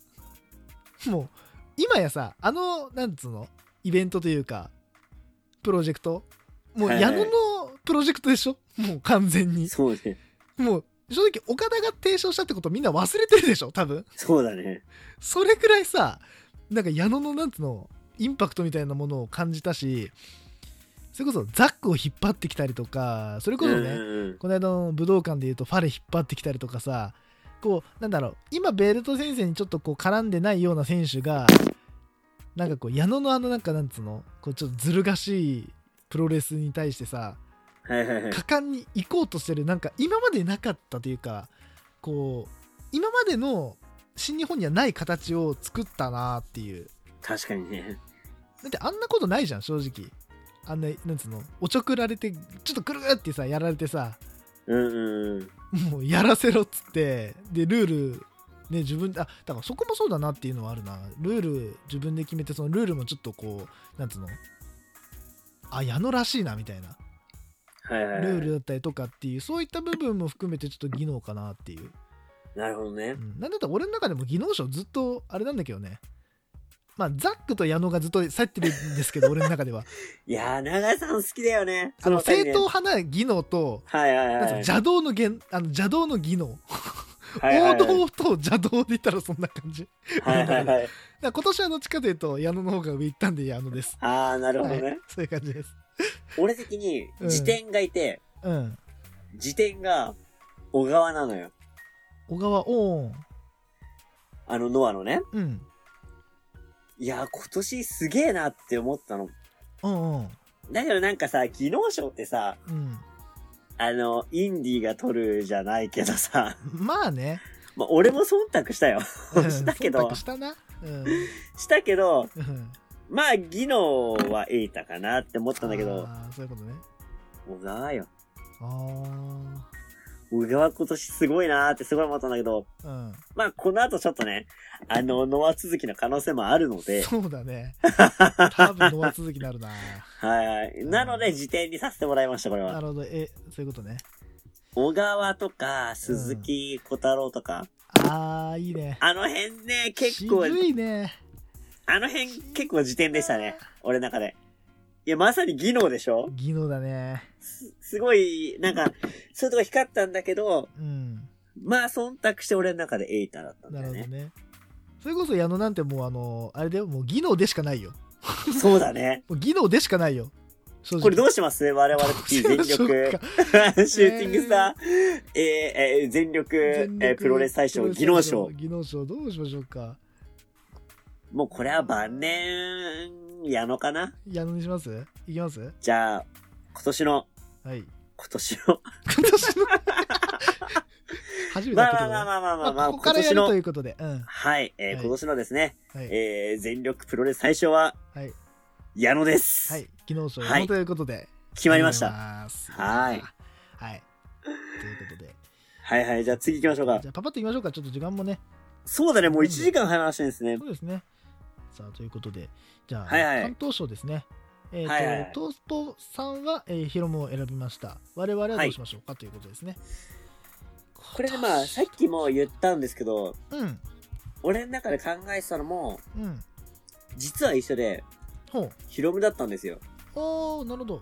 Speaker 1: もう、今やさ、あの、なんつうの、イベントというか、プロジェクト、もう
Speaker 2: はいは
Speaker 1: 矢野
Speaker 2: い
Speaker 1: のプロジェクトでしょもう完全に。
Speaker 2: そうね。
Speaker 1: もう、正直、岡田が提唱したってことみんな忘れてるでしょ多分。
Speaker 2: そうだね。
Speaker 1: それくらいさ、なんか矢野の、なんつうの、インパクトみたいなものを感じたし、それこそザックを引っ張ってきたりとか、それこそね、
Speaker 2: うんうんうん
Speaker 1: この間の武道館でいうとファレ引っ張ってきたりとかさこうなんだろう今ベルト先生にちょっとこう絡んでないような選手がなんかこう矢野のあのなんかなんつうのこうちょっとずる賢いプロレスに対してさ
Speaker 2: はいはいはい。
Speaker 1: 果敢に行こうとしてるなんか今までなかったというかこう今までの新日本にはない形を作ったなっていう
Speaker 2: 確かにね。
Speaker 1: だってあんなことないじゃん正直あんななんつうのおちょくられてちょっとぐるーってさやられてさ
Speaker 2: うんうんうん。
Speaker 1: もうやらせろっつってでルールね自分であだからそこもそうだなっていうのはあるなルール自分で決めてそのルールもちょっとこうなんつうのあ矢野らしいなみたいな
Speaker 2: はいはいはい。
Speaker 1: ルールだったりとかっていうそういった部分も含めてちょっと技能かなっていう、
Speaker 2: なるほどね
Speaker 1: う。ん、なんだったら俺の中でも技能賞ずっとあれなんだけどねまあザックと矢野がずっと去ってるんです
Speaker 2: [LAUGHS]
Speaker 1: けど俺の中ではい
Speaker 2: やー、長井さん好きだよね。
Speaker 1: あの
Speaker 2: そ
Speaker 1: 正
Speaker 2: 二人ね
Speaker 1: 統派な技能と
Speaker 2: はいはい
Speaker 1: なんつうの
Speaker 2: はい。
Speaker 1: 邪道のげんあの邪道の技能
Speaker 2: はいはいはい
Speaker 1: 王道と邪道で言ったらそんな感じ
Speaker 2: はいはいは
Speaker 1: だ
Speaker 2: い。
Speaker 1: から今年はどっちかというと矢野の方が上行ったんで矢野です。
Speaker 2: ああ、なるほどね。
Speaker 1: はい、そういう感じです。
Speaker 2: 俺的に、
Speaker 1: うん
Speaker 2: 辞典がいて、
Speaker 1: うん。
Speaker 2: 辞典が小川なのよ。
Speaker 1: 小川オーン。
Speaker 2: あの、ノアのね。
Speaker 1: うん。
Speaker 2: いやー、今年すげえなって思ったの。
Speaker 1: うんうん。
Speaker 2: だけどなんかさ、技能賞ってさ、
Speaker 1: うん。
Speaker 2: あの、インディーが取るじゃないけどさ、 [LAUGHS]
Speaker 1: まあね。
Speaker 2: まあ、俺も忖度したよ。
Speaker 1: うん
Speaker 2: したけど
Speaker 1: 忖度したな。うん。
Speaker 2: したけど、
Speaker 1: うん。
Speaker 2: まあ、技能は得たかなって思ったんだけど、
Speaker 1: ああ、そういうことね。
Speaker 2: 小川よ。
Speaker 1: あ
Speaker 2: 小川今年すごいなーってすごい思ったんだけど、
Speaker 1: あ。うん。
Speaker 2: まあ、この後ちょっとね、あの、ノア続きの可能性もあるので、
Speaker 1: そうだ
Speaker 2: [LAUGHS]
Speaker 1: ね。多分ノア続きになるな。
Speaker 2: はいはい。なので、辞典にさせてもらいました、これ
Speaker 1: な
Speaker 2: は。
Speaker 1: るほど。え、そういうことね。
Speaker 2: 小川とか、鈴木小太郎とか、
Speaker 1: ああ、いいね。
Speaker 2: あの辺ね、結構、
Speaker 1: 渋いね。
Speaker 2: あの辺結構辞典でしたね、俺の中で。いや、まさに技能でしょ
Speaker 1: 技能だね。
Speaker 2: すすごい、なんか、そういうとこ光ったんだけど、
Speaker 1: うん。
Speaker 2: まあ、忖度して俺の中でエイタだったんだ
Speaker 1: なる
Speaker 2: よ
Speaker 1: ほど
Speaker 2: ね。
Speaker 1: ね。それこそ矢野なんてもうあの、あれだよ。もう技能でしかないよ。
Speaker 2: そうだね。
Speaker 1: もう技能でしかないよ。正直
Speaker 2: これどうします我々的に
Speaker 1: [LAUGHS]
Speaker 2: 全力、シ [LAUGHS]
Speaker 1: どうしましょう
Speaker 2: ューティングスター、えーえー全力
Speaker 1: 全
Speaker 2: え
Speaker 1: 力
Speaker 2: ープロレス大賞、
Speaker 1: プロレス
Speaker 2: 技能賞。
Speaker 1: 技能賞、どうしましょうか。
Speaker 2: もうこれは晩年、矢野かな
Speaker 1: 矢野にしますいきます
Speaker 2: じゃあ、今年の、
Speaker 1: はい。
Speaker 2: 今
Speaker 1: [LAUGHS]
Speaker 2: 年の、
Speaker 1: 今年
Speaker 2: [LAUGHS]
Speaker 1: の初めてだ
Speaker 2: ま
Speaker 1: ったけど
Speaker 2: あ
Speaker 1: ね
Speaker 2: まあまあまあまあま
Speaker 1: ま
Speaker 2: あ、
Speaker 1: あここか
Speaker 2: 今
Speaker 1: らや
Speaker 2: 年
Speaker 1: ると
Speaker 2: の
Speaker 1: い、うことで。うん。
Speaker 2: はい、えー
Speaker 1: はい
Speaker 2: 今年のですね、
Speaker 1: はい。
Speaker 2: えー全力プロレス大賞は
Speaker 1: はい。
Speaker 2: 矢野です。
Speaker 1: はい。技能賞、
Speaker 2: はい
Speaker 1: 矢野ということで。
Speaker 2: 決まりました。
Speaker 1: ありがとうございます
Speaker 2: はい。
Speaker 1: はい。ということで。
Speaker 2: はいはい、じゃあ次行きましょうか
Speaker 1: じ。ゃあ、パパッといきましょうか。ちょっと時間もね。
Speaker 2: そうだね、もう1時間話してるんですね
Speaker 1: そ。うですね。さあ、ということで、じゃあ、
Speaker 2: はいはい
Speaker 1: 担当賞ですね。えっ、と、
Speaker 2: はいはい
Speaker 1: トースポさんは、えー、ヒロムを選びました。我々はどうしましょうか、ということですね。
Speaker 2: これでまあ、さっきも言ったんですけど、
Speaker 1: うん、
Speaker 2: 俺の中で考えてたのも、
Speaker 1: うん。
Speaker 2: 実は一緒で、
Speaker 1: ほう。
Speaker 2: ヒロムだったんですよ。
Speaker 1: おー、なるほど。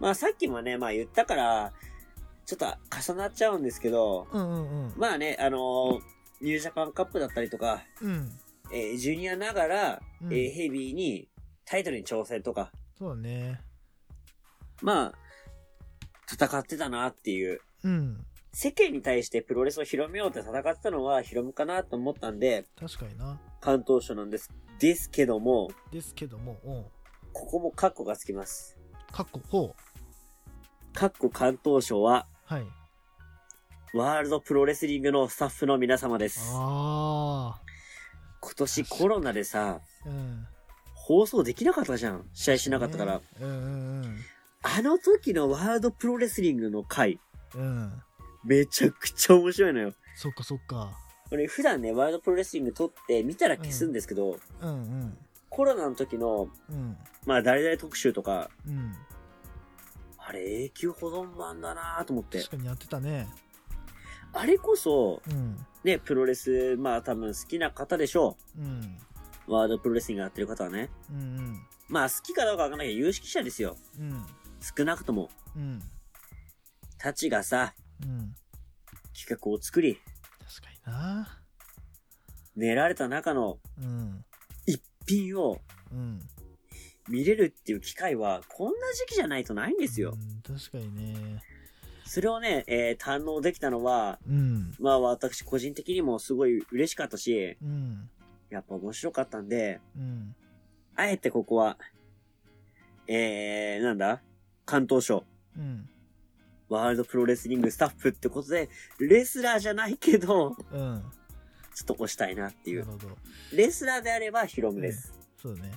Speaker 2: まあさっきもね、まあ言ったから、ちょっと重なっちゃうんですけど、
Speaker 1: うんうんうん。
Speaker 2: まあね、あのーニュージャパンカップだったりとか、
Speaker 1: うん。
Speaker 2: えージュニアながら、
Speaker 1: うん
Speaker 2: えーヘビーにタイトルに挑戦とか、
Speaker 1: そうだね。
Speaker 2: まあ、戦ってたなっていう。
Speaker 1: うん。
Speaker 2: 世間に対してプロレスを広めようって戦ってたのは広むかなと思ったんで、
Speaker 1: 確かにな。
Speaker 2: 関東省なんです。ですけども、
Speaker 1: ですけども、うん。
Speaker 2: ここもカッコがつきます。
Speaker 1: かっこ、ほう。
Speaker 2: カッコ関東省は、
Speaker 1: はい。
Speaker 2: ワールドプロレスリングのスタッフの皆様です。
Speaker 1: あ
Speaker 2: 今年コロナでさ、
Speaker 1: あ。うん。
Speaker 2: 放送できなかったじゃん。試合しなかったから。
Speaker 1: ね。うんうん
Speaker 2: あの時のワールドプロレスリングの回、
Speaker 1: うん。うん。
Speaker 2: めちゃくちゃ面白いのよ。
Speaker 1: そっかそっか。
Speaker 2: 俺普段ね、ワールドプロレスリング撮って見たら消すんですけど、
Speaker 1: うんうん。
Speaker 2: コロナの時の、
Speaker 1: うん。
Speaker 2: まあ誰々特集とか、
Speaker 1: うん。
Speaker 2: あれ永久保存版だなぁと思って
Speaker 1: 確。かにやってたね。
Speaker 2: あれこそ、
Speaker 1: うん。
Speaker 2: ね、プロレス、まあ多分好きな方でしょ
Speaker 1: うん。
Speaker 2: う。ワールドプロレスリングやってる方はね。
Speaker 1: うんうん。
Speaker 2: まあ好きかどうかわからないけど、有識者ですよ。
Speaker 1: うん。
Speaker 2: 少なくとも。
Speaker 1: うん。
Speaker 2: たちがさ、
Speaker 1: うん。
Speaker 2: 企画を作り、
Speaker 1: 確かにな。
Speaker 2: 練られた中の
Speaker 1: うん。
Speaker 2: 一品を
Speaker 1: うん。
Speaker 2: 見れるっていう機会は、こんな時期じゃないとないんですよ
Speaker 1: う。ん確かにね。
Speaker 2: それをね、えー堪能できたのは、
Speaker 1: うん。
Speaker 2: まあ私個人的にもすごい嬉しかったし、
Speaker 1: うん。
Speaker 2: やっぱ面白かったんで、
Speaker 1: うん。
Speaker 2: あえてここは、えー、なんだ関東省、
Speaker 1: うん。
Speaker 2: ワールドプロレスリングスタッフってことで、レスラーじゃないけど、
Speaker 1: うん。な
Speaker 2: ちょっと押したいなってい
Speaker 1: る
Speaker 2: う。
Speaker 1: ほど。
Speaker 2: レスラーであればヒロムです。
Speaker 1: そうだね。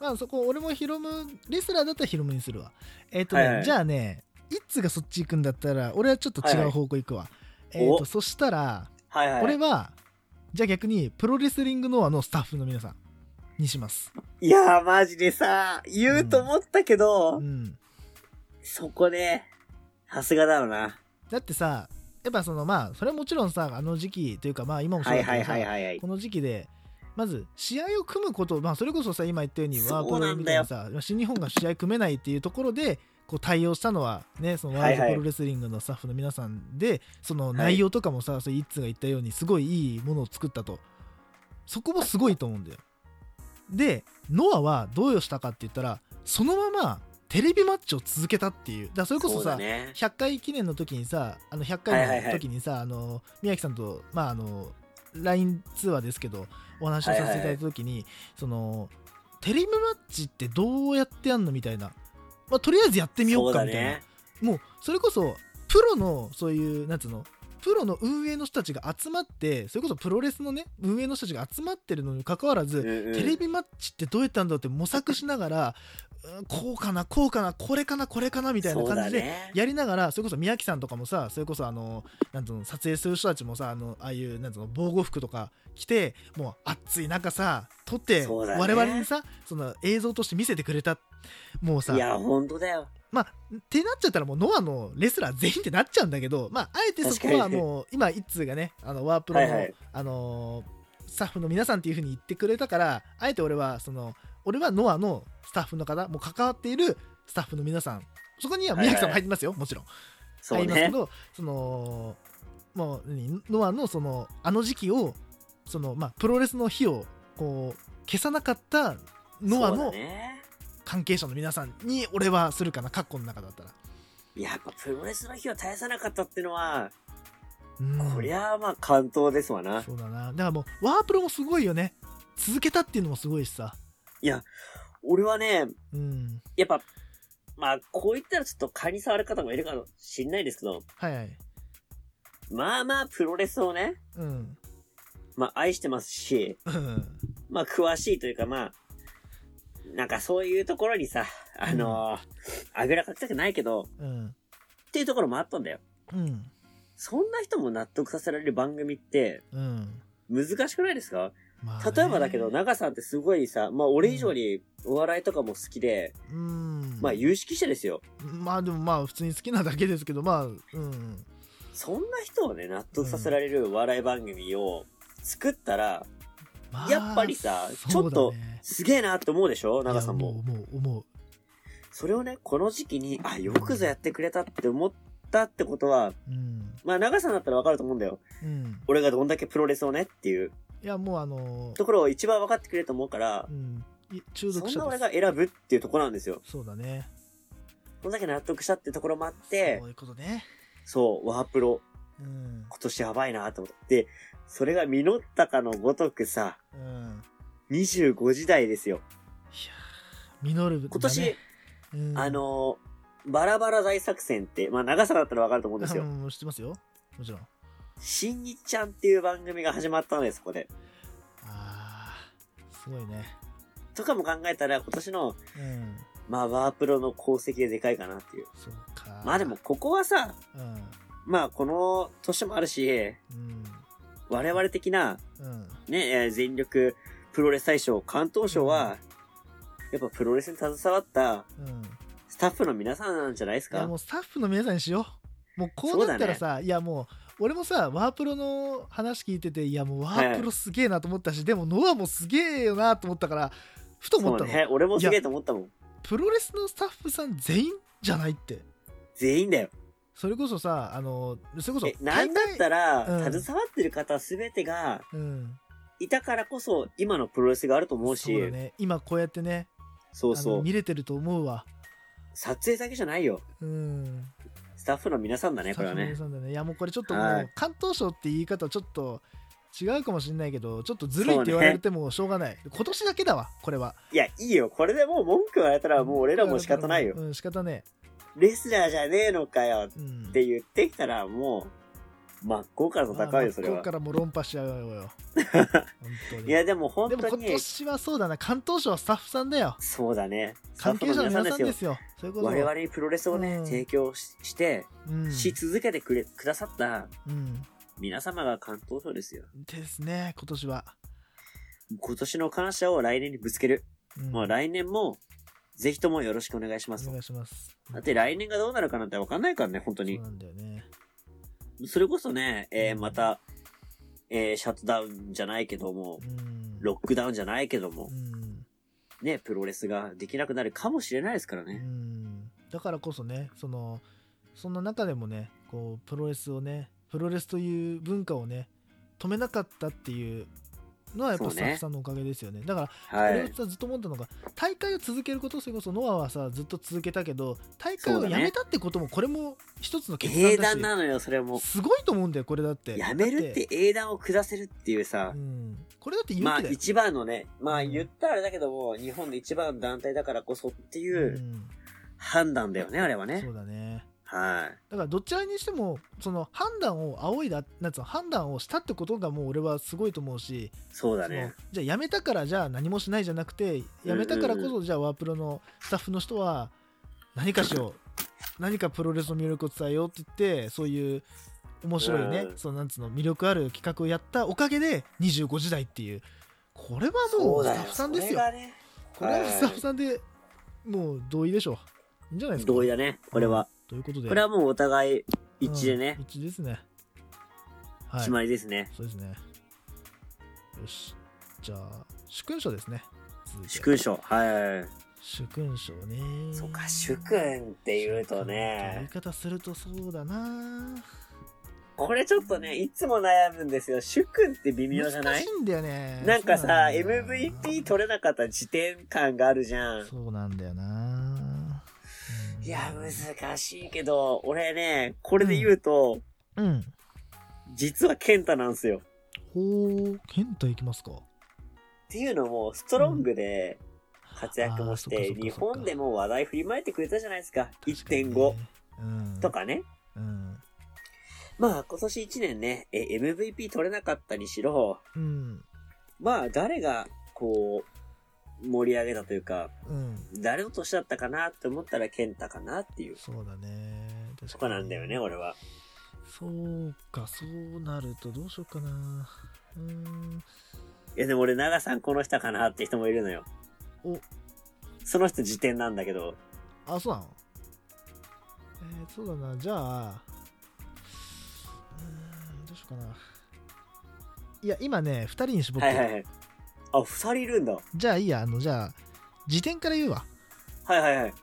Speaker 1: まあそこ、俺もヒロム、レスラーだったらヒロムにするわ。えっ、とね、
Speaker 2: はいはい
Speaker 1: じゃあね、イッツがそっち行くんだったら、俺はちょっと
Speaker 2: はい
Speaker 1: 違
Speaker 2: は
Speaker 1: う
Speaker 2: い
Speaker 1: 方向行くわ。えっ、
Speaker 2: お
Speaker 1: と、そしたら、
Speaker 2: はいはい。
Speaker 1: 俺は、じゃあ逆に、プロレスリングノアのスタッフの皆さんにします。
Speaker 2: いやーマジでさ、言うと思ったけど、
Speaker 1: うん。
Speaker 2: そこで、さすがだよな。
Speaker 1: だってさ、やっぱそのまあ、それはもちろんさ、あの時期というか、まあ今もそうだ
Speaker 2: はい
Speaker 1: け
Speaker 2: はい
Speaker 1: どさ
Speaker 2: はい、はいはい。
Speaker 1: この時期で、まず試合を組むこと、まあ、それこそさ、今言ったように、ワープロみたいにさ、新日本が試合組めないっていうところで、こう対応したのは、ね、そのワールド
Speaker 2: はいはい
Speaker 1: プロレスリングのスタッフの皆さんで、その内容とかもさ、そういっつが言ったように、すごいいいものを作ったと。そこもすごいと思うんだよ。で、ノアはどうしたかって言ったら、そのままテレビマッチを続けたっていう。だからそれこそ
Speaker 2: うだ
Speaker 1: さ、
Speaker 2: ね。
Speaker 1: 100回記念の時にさあの100回の時にさ、あの宮城さんとまああの LINE 通話ですけどお話をさせていただいた時に、そのテレビマッチってどうやってやんのみたいな、まあ、とりあえずやってみようかみたいな、。もうそれこそプロのそういうなんつうのプロの運営の人たちが集まってそれこそプロレスのね運営の人たちが集まってるのにかかわらず、
Speaker 2: うんうん
Speaker 1: テレビマッチってどうやったんだろうって模索しながら、うんこうかなこうかなこれかなこれかなみたいな感じで
Speaker 2: そうだね
Speaker 1: やりながらそれこそ宮城さんとかもさそれこそあのなんつうの撮影する人たちもさあのああいうなんつうの防護服とか着てもう暑い中さ撮って
Speaker 2: そうだね
Speaker 1: 我々にさその映像として見せてくれたもうさ
Speaker 2: いや、ほんとだよ。
Speaker 1: まあってなっちゃったらもうノアのレスラー全員ってなっちゃうんだけどまああえてそこは
Speaker 2: 確かに
Speaker 1: もう今一通がねあのワープロの、
Speaker 2: はいはい
Speaker 1: あのースタッフの皆さんっていう風に言ってくれたからあえて俺はその俺はノアのスタッフの方もう関わっているスタッフの皆さんそこには宮城さんも入ってますよ、もちろん。
Speaker 2: そ
Speaker 1: あ
Speaker 2: う
Speaker 1: りますけ
Speaker 2: ね。
Speaker 1: どそのもう何ノアのそのあの時期をその、まあ、プロレスの日をこう消さなかったノア
Speaker 2: そうだ
Speaker 1: の
Speaker 2: ね
Speaker 1: 関係者の皆さんに俺はするかなカッコの中だったら、
Speaker 2: やっぱプロレスの日を絶やさなかったってのは、
Speaker 1: うん
Speaker 2: こりゃあまあ関東ですわな。
Speaker 1: そうだなだからもうワープロもすごいよね続けたっていうのもすごいしさ
Speaker 2: 俺はね、
Speaker 1: うん
Speaker 2: やっぱ、まあこう言ったらちょっと蚊に触る方もいるかもしんないですけど、
Speaker 1: はいはい
Speaker 2: まあまあプロレスをね、
Speaker 1: うん
Speaker 2: まあ愛してますし、
Speaker 1: うん
Speaker 2: まあ詳しいというかまあ、なんかそういうところにさ、あのーあぐらかきたくないけど、
Speaker 1: うん
Speaker 2: っていうところもあったんだよ。
Speaker 1: うん
Speaker 2: そんな人も納得させられる番組って
Speaker 1: うん
Speaker 2: 難しくないですか
Speaker 1: まあね
Speaker 2: 例えばだけど、長さんってすごいさ、まあ俺以上にお笑いとかも好きで、
Speaker 1: うん
Speaker 2: まあ有識者ですよ。
Speaker 1: まあでもまあ普通に好きなだけですけどまあうん
Speaker 2: そんな人をね、納得させられる笑い番組を作ったら、
Speaker 1: まあ
Speaker 2: やっぱりさ
Speaker 1: そうだ
Speaker 2: ちょっと
Speaker 1: ね
Speaker 2: すげえなって思うでしょ長さん
Speaker 1: いや
Speaker 2: も。
Speaker 1: 思う思う
Speaker 2: それをね、この時期に、あ、よくぞやってくれたって思ったってことは、
Speaker 1: うん
Speaker 2: まあ長さんだったらわかると思うんだよ。
Speaker 1: うん
Speaker 2: 俺がどんだけプロレスをねっていう。
Speaker 1: いやもうあのー
Speaker 2: ところを一番分かってくれると思うから
Speaker 1: う、ん、い中
Speaker 2: そ
Speaker 1: 毒
Speaker 2: ん
Speaker 1: 者
Speaker 2: な
Speaker 1: で
Speaker 2: 俺
Speaker 1: す
Speaker 2: が選ぶっていうところなんですよ。
Speaker 1: そうだね
Speaker 2: そんだけ納得したってところもあっ
Speaker 1: そう
Speaker 2: て、
Speaker 1: いうことね
Speaker 2: そう、ワープロ、
Speaker 1: うん
Speaker 2: 今年やばいなと思って、でそれが実ったかのごとくさ、
Speaker 1: うん
Speaker 2: 25時代ですよ。
Speaker 1: 実る
Speaker 2: 今年、
Speaker 1: うん
Speaker 2: あのーバラバラ大作戦って、まあ長さだったらわかると思うんです
Speaker 1: う
Speaker 2: よ。
Speaker 1: ん知ってますよ [LAUGHS] もちろん
Speaker 2: 新日ちゃんっていう番組が始まったのです、そこで。
Speaker 1: あーすごいね
Speaker 2: とかも考えたら、今年の、
Speaker 1: うん
Speaker 2: まあ、ワープロの功績ででかいかなっていう。
Speaker 1: そうか
Speaker 2: まあでも、ここはさ、
Speaker 1: うん
Speaker 2: まあ、この年もあるし、
Speaker 1: うん
Speaker 2: 我々的な、
Speaker 1: うん
Speaker 2: ね、えー全力プロレス大賞、関東賞は、やっぱプロレスに携わった
Speaker 1: うん
Speaker 2: スタッフの皆さんなんじゃないです
Speaker 1: いや
Speaker 2: か
Speaker 1: もうスタッフの皆さんにしようもうこうなったら
Speaker 2: そ
Speaker 1: さ、いやもう俺もさワープロの話聞いてていやもうワープロすげえなと思ったし、でもノアもすげえよなと思ったからふと思
Speaker 2: そ
Speaker 1: っ
Speaker 2: う
Speaker 1: たの、
Speaker 2: ね。俺もすげえと思ったもん。
Speaker 1: プロレスのスタッフさん全員じゃないって
Speaker 2: 全員だよ。
Speaker 1: それこそさあのそれこそ
Speaker 2: え、なんだったら、
Speaker 1: うん
Speaker 2: 携わってる方全てが、
Speaker 1: うん
Speaker 2: いたからこそ、今のプロレスがあると思う
Speaker 1: そうだ
Speaker 2: し、
Speaker 1: ね今こうやってね
Speaker 2: そう
Speaker 1: あ
Speaker 2: そ
Speaker 1: の
Speaker 2: う。
Speaker 1: 見れてると思うわ
Speaker 2: 撮影だけじゃないよ。
Speaker 1: うん
Speaker 2: スタッフの皆さんだね、これはね
Speaker 1: さ。んだねいやもうこれちょっとも
Speaker 2: は
Speaker 1: う
Speaker 2: い
Speaker 1: 関東省って言い方はちょっと違うかもしれないけどちょっとずるいって言われてもしょうがない、今年だけだわこれはい
Speaker 2: や、いいよ。これでもう文句言われたら、もう俺らも仕方ないよ
Speaker 1: う。ん仕方ね
Speaker 2: レスラーじゃねえのかよっ
Speaker 1: え、うん、
Speaker 2: て言ってきたら、もう、真っ向から戦うよ、それ
Speaker 1: まあ真っ向
Speaker 2: は
Speaker 1: か。らもう論破しちゃうよ
Speaker 2: [LAUGHS]
Speaker 1: 本当に
Speaker 2: いや、でも本
Speaker 1: でも
Speaker 2: 当
Speaker 1: 今
Speaker 2: に、
Speaker 1: 年はそうだな関東省はスタッフさんだよ
Speaker 2: そうだね。。
Speaker 1: 関係者の皆さんですすよそういうこと
Speaker 2: 我々にプロレスをね、
Speaker 1: うん
Speaker 2: 提供しして、
Speaker 1: うん、
Speaker 2: し続けてくれ、くださった
Speaker 1: うん、
Speaker 2: 皆様が関東賞ですよ。
Speaker 1: ですね今年は、
Speaker 2: 今年の感謝を来年にぶつける。
Speaker 1: うん
Speaker 2: もう来年も、ぜひともよろしくお願いします
Speaker 1: お。願いします
Speaker 2: だって来年がどうなるかなんてわかんないからね、本当
Speaker 1: そう
Speaker 2: に。
Speaker 1: なんだよね
Speaker 2: それこそね、えー
Speaker 1: うん
Speaker 2: また、えーシャットダウンじゃないけども
Speaker 1: う、ん
Speaker 2: ロックダウンじゃないけども
Speaker 1: う、ん
Speaker 2: ね、プロレスができなくなるかもしれないですから
Speaker 1: う
Speaker 2: ね。
Speaker 1: んだからこそねそのそんな中でもねこうプロレスをねプロレスという文化をね止めなかったっていうのはやっぱ
Speaker 2: そう
Speaker 1: ス
Speaker 2: ね
Speaker 1: タッフさんのおかげですよねだから
Speaker 2: は
Speaker 1: 俺
Speaker 2: い
Speaker 1: が。さずっと思ったのが大会を続けることそれこそノアはさずっと続けたけど大会をやめたってこともこれも一つの決
Speaker 2: 英
Speaker 1: 断
Speaker 2: 断
Speaker 1: だ
Speaker 2: なのよ、それも
Speaker 1: し。すごいと思うんだよこれだって
Speaker 2: やめる
Speaker 1: だ
Speaker 2: って英断を下せるっていうさ
Speaker 1: う、んこれだって勇
Speaker 2: まあ
Speaker 1: 気だよ
Speaker 2: 一番のね、まあ
Speaker 1: うん
Speaker 2: 言ったらあれだけども、日本で一番の団体だからこそっていううん判断だよね、あれはね
Speaker 1: そ。うだね
Speaker 2: は
Speaker 1: だからどちらにしてもその判断を仰いだなんつうの判断をしたってことがもう俺はすごいと思うし
Speaker 2: い。そうだね。
Speaker 1: そのじゃあ辞めたからじゃあ何もしないじゃなくて辞めたからこ
Speaker 2: うん
Speaker 1: そじゃあワープロのスタッフの人は何かしよう何かプロレスの魅力を伝えようって言ってそういう面白いね、
Speaker 2: うん
Speaker 1: そのなんつうの魅力ある企画をやったおかげで25時代っていうこれはも
Speaker 2: そうう
Speaker 1: スタ
Speaker 2: だ
Speaker 1: ッ
Speaker 2: よ。
Speaker 1: フさ
Speaker 2: そ
Speaker 1: んで
Speaker 2: れ
Speaker 1: すよ
Speaker 2: がね、
Speaker 1: これはスタッフさんでもう同意でしょういいんじゃないですか
Speaker 2: 同意だね、これは。
Speaker 1: ということで
Speaker 2: これはもうお互い一致でね
Speaker 1: うん、一致ですねはい
Speaker 2: 決まりですね。
Speaker 1: そうですねよしじゃあ主君賞ですね続いて
Speaker 2: 主君賞。は
Speaker 1: 主君賞ね
Speaker 2: い。そうか、主君って言うと
Speaker 1: 主
Speaker 2: ね
Speaker 1: 君って言い、方するとそうだな
Speaker 2: これちょっとね、いつも悩むんですよ。主君って微妙じゃな
Speaker 1: 難
Speaker 2: い
Speaker 1: しいんだよね
Speaker 2: なんかさ、MVP
Speaker 1: そう
Speaker 2: 取れなかった時点感があるじゃ
Speaker 1: なん
Speaker 2: ん。
Speaker 1: だよなそうなんだよなうん
Speaker 2: いや、難しいけど、俺ね、これで言うと、
Speaker 1: うん
Speaker 2: 実は健太なんですよ。
Speaker 1: ほう健太いきますか
Speaker 2: っていうのも、ストロングで活躍もし
Speaker 1: あーそ
Speaker 2: て、
Speaker 1: っかそっかそっか
Speaker 2: 日本でも話題振りまいてくれたじゃないですか。
Speaker 1: 確かにね
Speaker 2: 1.5
Speaker 1: うん
Speaker 2: とかね。
Speaker 1: うん
Speaker 2: まあ、今年1年ね、え MVP 取れなかったにしろ、
Speaker 1: うん
Speaker 2: まあ、誰が、こう、盛り上げたというか、
Speaker 1: うん
Speaker 2: 誰の年だったかなって思ったら健太かなっていう、
Speaker 1: そうだね確かに
Speaker 2: そこなんだよね、俺は。
Speaker 1: そうか、そうなるとどうしようかな。うーん。
Speaker 2: いやでも俺、長さんこの人かなって人もいるのよ。
Speaker 1: お、
Speaker 2: その人時点なんだけど、
Speaker 1: あ、そうなのえー、そうだな。じゃあ、うーん、どうしようかな。いや、今ね、2人に絞って
Speaker 2: は
Speaker 1: る、
Speaker 2: いはいはい。あ、二人いるんだ。
Speaker 1: じゃあいいや、あの、じゃあ、辞典から言うわ。
Speaker 2: はいはいはい。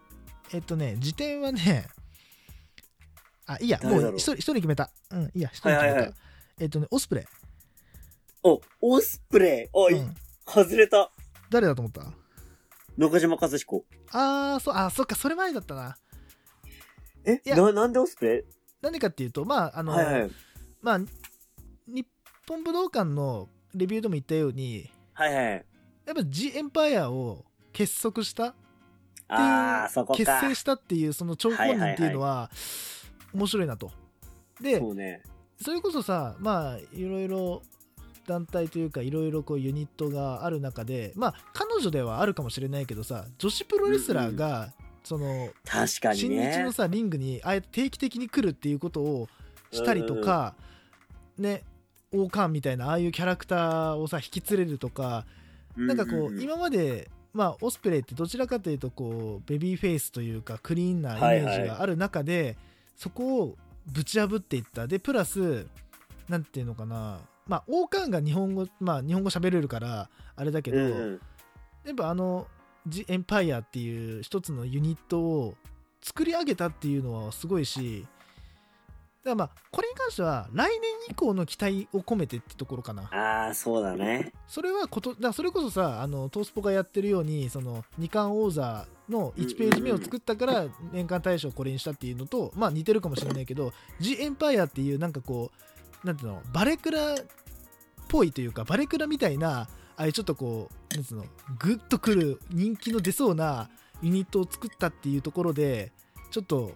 Speaker 1: えっとね、辞典はね、あ、いいや、も
Speaker 2: 誰だろ
Speaker 1: う
Speaker 2: う
Speaker 1: 一人一人決めた。うん、いいや、一人決めた。
Speaker 2: はいはいはい
Speaker 1: えっとね、オスプレイ。
Speaker 2: お、オスプレイ。おい、
Speaker 1: うん
Speaker 2: 外れた。
Speaker 1: 誰だと思った
Speaker 2: 中島和彦。
Speaker 1: あーそうあそっかそれ前だったな
Speaker 2: え
Speaker 1: いや
Speaker 2: な、なんでオスプレ
Speaker 1: 何かっていうとまああ
Speaker 2: イ
Speaker 1: の、
Speaker 2: はいはい。
Speaker 1: まあ日本武道館のレビューでも言ったように
Speaker 2: はいはい。
Speaker 1: やっぱ「ジ・エンパイア」を結束したっていう
Speaker 2: あー、そこか。
Speaker 1: 結成したっていうその張本人っていうのは面白いなと。で
Speaker 2: そうね。
Speaker 1: それこそさまあいろいろ団体というかいろいろこうユニットがある中でまあ彼女ではあるかもしれないけどさ女子プロレスラーがその
Speaker 2: 確かに
Speaker 1: 新日
Speaker 2: ね
Speaker 1: の。さリングにああやって定期的に来るっていうことをしたりとか、ね王冠みたいなああいうキャラクターをさ引き連れるとか、なんかこう、今まで、まあ、オスプレイってどちらかというとこうベビーフェイスというかクリーンなイメージがある中で、そこをぶち破っていったでプラスなんていうのかなまあ王冠が日本語まあ日本語喋れるからあれだけど、
Speaker 2: うんうん
Speaker 1: やっぱあの「ジ・エンパイア」っていう一つのユニットを作り上げたっていうのはすごいしだからまあこれに関しては来年以降の期待を込めてってところかな
Speaker 2: あー、そうだね。
Speaker 1: それはことだからそれこそさあのトースポがやってるようにその二冠王座の1ページ目を作ったから年間大賞をこれにしたっていうのとまあ似てるかもしれないけど「ジ・エンパイア」っていうなんかこうなんていうのバレクラっぽいというかバレクラみたいなああいうちょっとこうなんつうのグッとくる人気の出そうなユニットを作ったっていうところでちょっと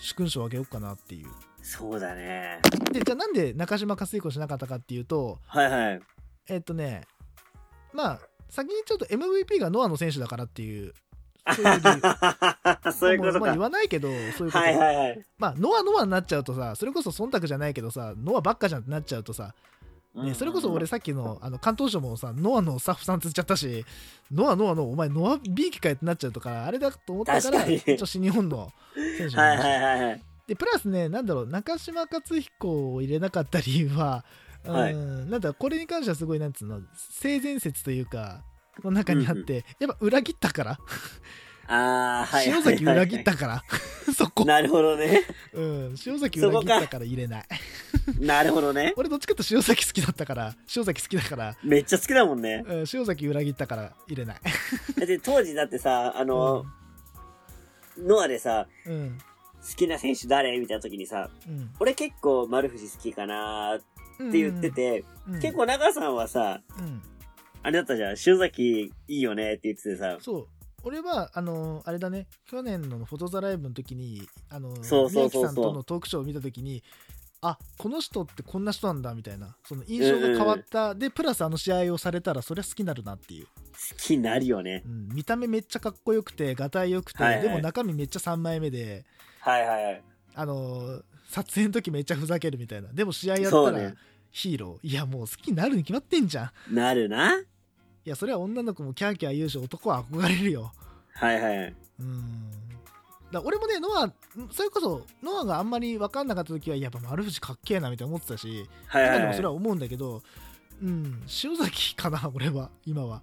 Speaker 1: 主勲賞をあげようかなっていう。
Speaker 2: そうだね。
Speaker 1: でじゃあなんで中島勝彦しなかったかっていうと
Speaker 2: はいはい。
Speaker 1: えっとね、まあ、先にちょっと MVP がノアの選手だからっていう、そういう理由
Speaker 2: [LAUGHS] そういうこと
Speaker 1: まあ、言
Speaker 2: か。
Speaker 1: わないけど、そういうこと、
Speaker 2: はいはいはい。
Speaker 1: まあ、ノアノアになっちゃうとさ、それこそ忖度じゃないけどさ、ノアばっかじゃんってなっちゃうとさ、ね、それこそ俺
Speaker 2: さ、
Speaker 1: さっきのあの関東省もさ、ノアのスタッフさんつっちゃったし、ノアノアのお前、ノア B 機かよってなっちゃうとか、あれだと思ったから、
Speaker 2: 確かに
Speaker 1: 一応新日本の選手に
Speaker 2: は
Speaker 1: ないりました
Speaker 2: はいはいはい。
Speaker 1: でプラスねなんだろう中島克彦を入れなかった理由は、うん
Speaker 2: [LAUGHS] はい
Speaker 1: なんだこれに関してはすごいなんつうの性善説というかの中にあって、やっぱ裏切ったから、
Speaker 2: あー、はいは
Speaker 1: 塩
Speaker 2: いはいはい。
Speaker 1: 崎裏切ったから [LAUGHS] そこ、
Speaker 2: なるほどね。
Speaker 1: うん、塩崎裏切ったから入れない
Speaker 2: なるほどね。
Speaker 1: 俺どっちかっていうと塩崎好きだったから塩崎好きだから、
Speaker 2: めっちゃ好きだもんね。
Speaker 1: うん、塩崎裏切ったから入れない
Speaker 2: だって当時だってさ、あの、ノアでさ、
Speaker 1: うんうん
Speaker 2: 好きな選手誰みたいな時にさ、
Speaker 1: うん
Speaker 2: 俺結構丸藤好きかなー
Speaker 1: うん
Speaker 2: って言って、て、
Speaker 1: うん
Speaker 2: 結、構長さんはさ、
Speaker 1: うん、
Speaker 2: あれだったじゃん、塩崎いいよねって言っててさ、
Speaker 1: そう俺はあのあれだね去年のフォトザライブの時にあの
Speaker 2: そうそうそうそう
Speaker 1: 宮城さんとのトークショーを見た時にあこの人ってこんな人なんだみたいなその印象が変わった、でプラスあの試合をされたらそりゃ好きになるなっていう、
Speaker 2: 好きになるよね
Speaker 1: う。ん、見た目めっちゃかっこよくてがたいよくて、
Speaker 2: はいはい
Speaker 1: でも中身めっちゃ3枚目で
Speaker 2: はいはいはい。
Speaker 1: あの撮影の時めっちゃふざけるみたいなでも試合やっ
Speaker 2: そ
Speaker 1: た
Speaker 2: うね
Speaker 1: らヒーロー、いやもう好きになるに決まってんじゃん
Speaker 2: なるな。
Speaker 1: いやそれは女の子もキャーキャー言うし男は憧れるよ
Speaker 2: はいはいはい。
Speaker 1: うんだ俺もねノアそれこそノアがあんまり分かんなかった時はやっぱ丸藤かっけえなみたいな思ってたし
Speaker 2: はい
Speaker 1: 今
Speaker 2: はい
Speaker 1: で
Speaker 2: は
Speaker 1: も
Speaker 2: い
Speaker 1: それは思うんだけどうん塩崎かな俺は今は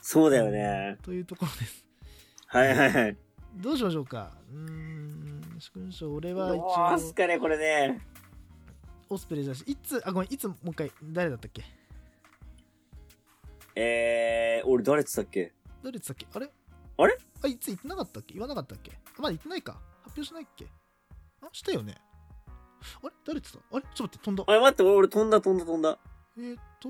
Speaker 2: そうだよね。
Speaker 1: というところです
Speaker 2: はいはいはい。
Speaker 1: どうしましょうかうん殊勲賞俺は一
Speaker 2: どうす
Speaker 1: 応
Speaker 2: かね、これね。
Speaker 1: オスプレイだしいつあごめんいつもう一回誰だったっけ
Speaker 2: えー、俺誰って言ったっけ
Speaker 1: 誰だったっけあれ
Speaker 2: あれ
Speaker 1: あいつ言ってなかったっけ言わなかったっけまだ言ってないか発表しないっけあしたよねあれ誰って言ったあれちょっと待って飛んだ
Speaker 2: あれ待って、俺俺飛んだ飛んだ飛んだ。
Speaker 1: えーっと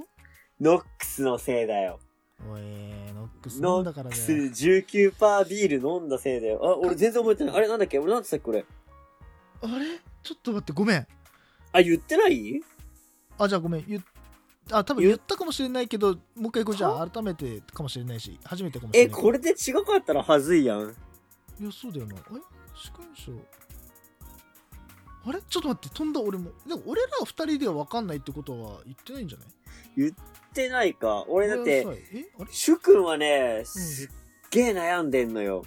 Speaker 2: ノックスのせいだよ。
Speaker 1: おえー、ノックス飲
Speaker 2: ノ
Speaker 1: んだから
Speaker 2: ック
Speaker 1: ね
Speaker 2: ス19%ビール飲んだせいだよ。あ、俺全然覚えてない。あれなんだっけ俺なんて言ったっけこれ。
Speaker 1: あれちょっと待ってごめん
Speaker 2: あ、言ってない
Speaker 1: あじゃあごめん言っあ多分言ったかもしれないけどもう一回こうじゃあ改めてかもしれないし初めてかもしれ
Speaker 2: え、
Speaker 1: ない
Speaker 2: これで違かったらはずいやん。
Speaker 1: いやそうだよなえ殊勲賞あれちょっと待って飛んだ俺もでも俺ら二人では分かんないってことは言ってないんじゃない
Speaker 2: 言ってないか。俺だって
Speaker 1: ご、めんなさいえあれ
Speaker 2: 主君はね、すっげえ悩んでんのよ。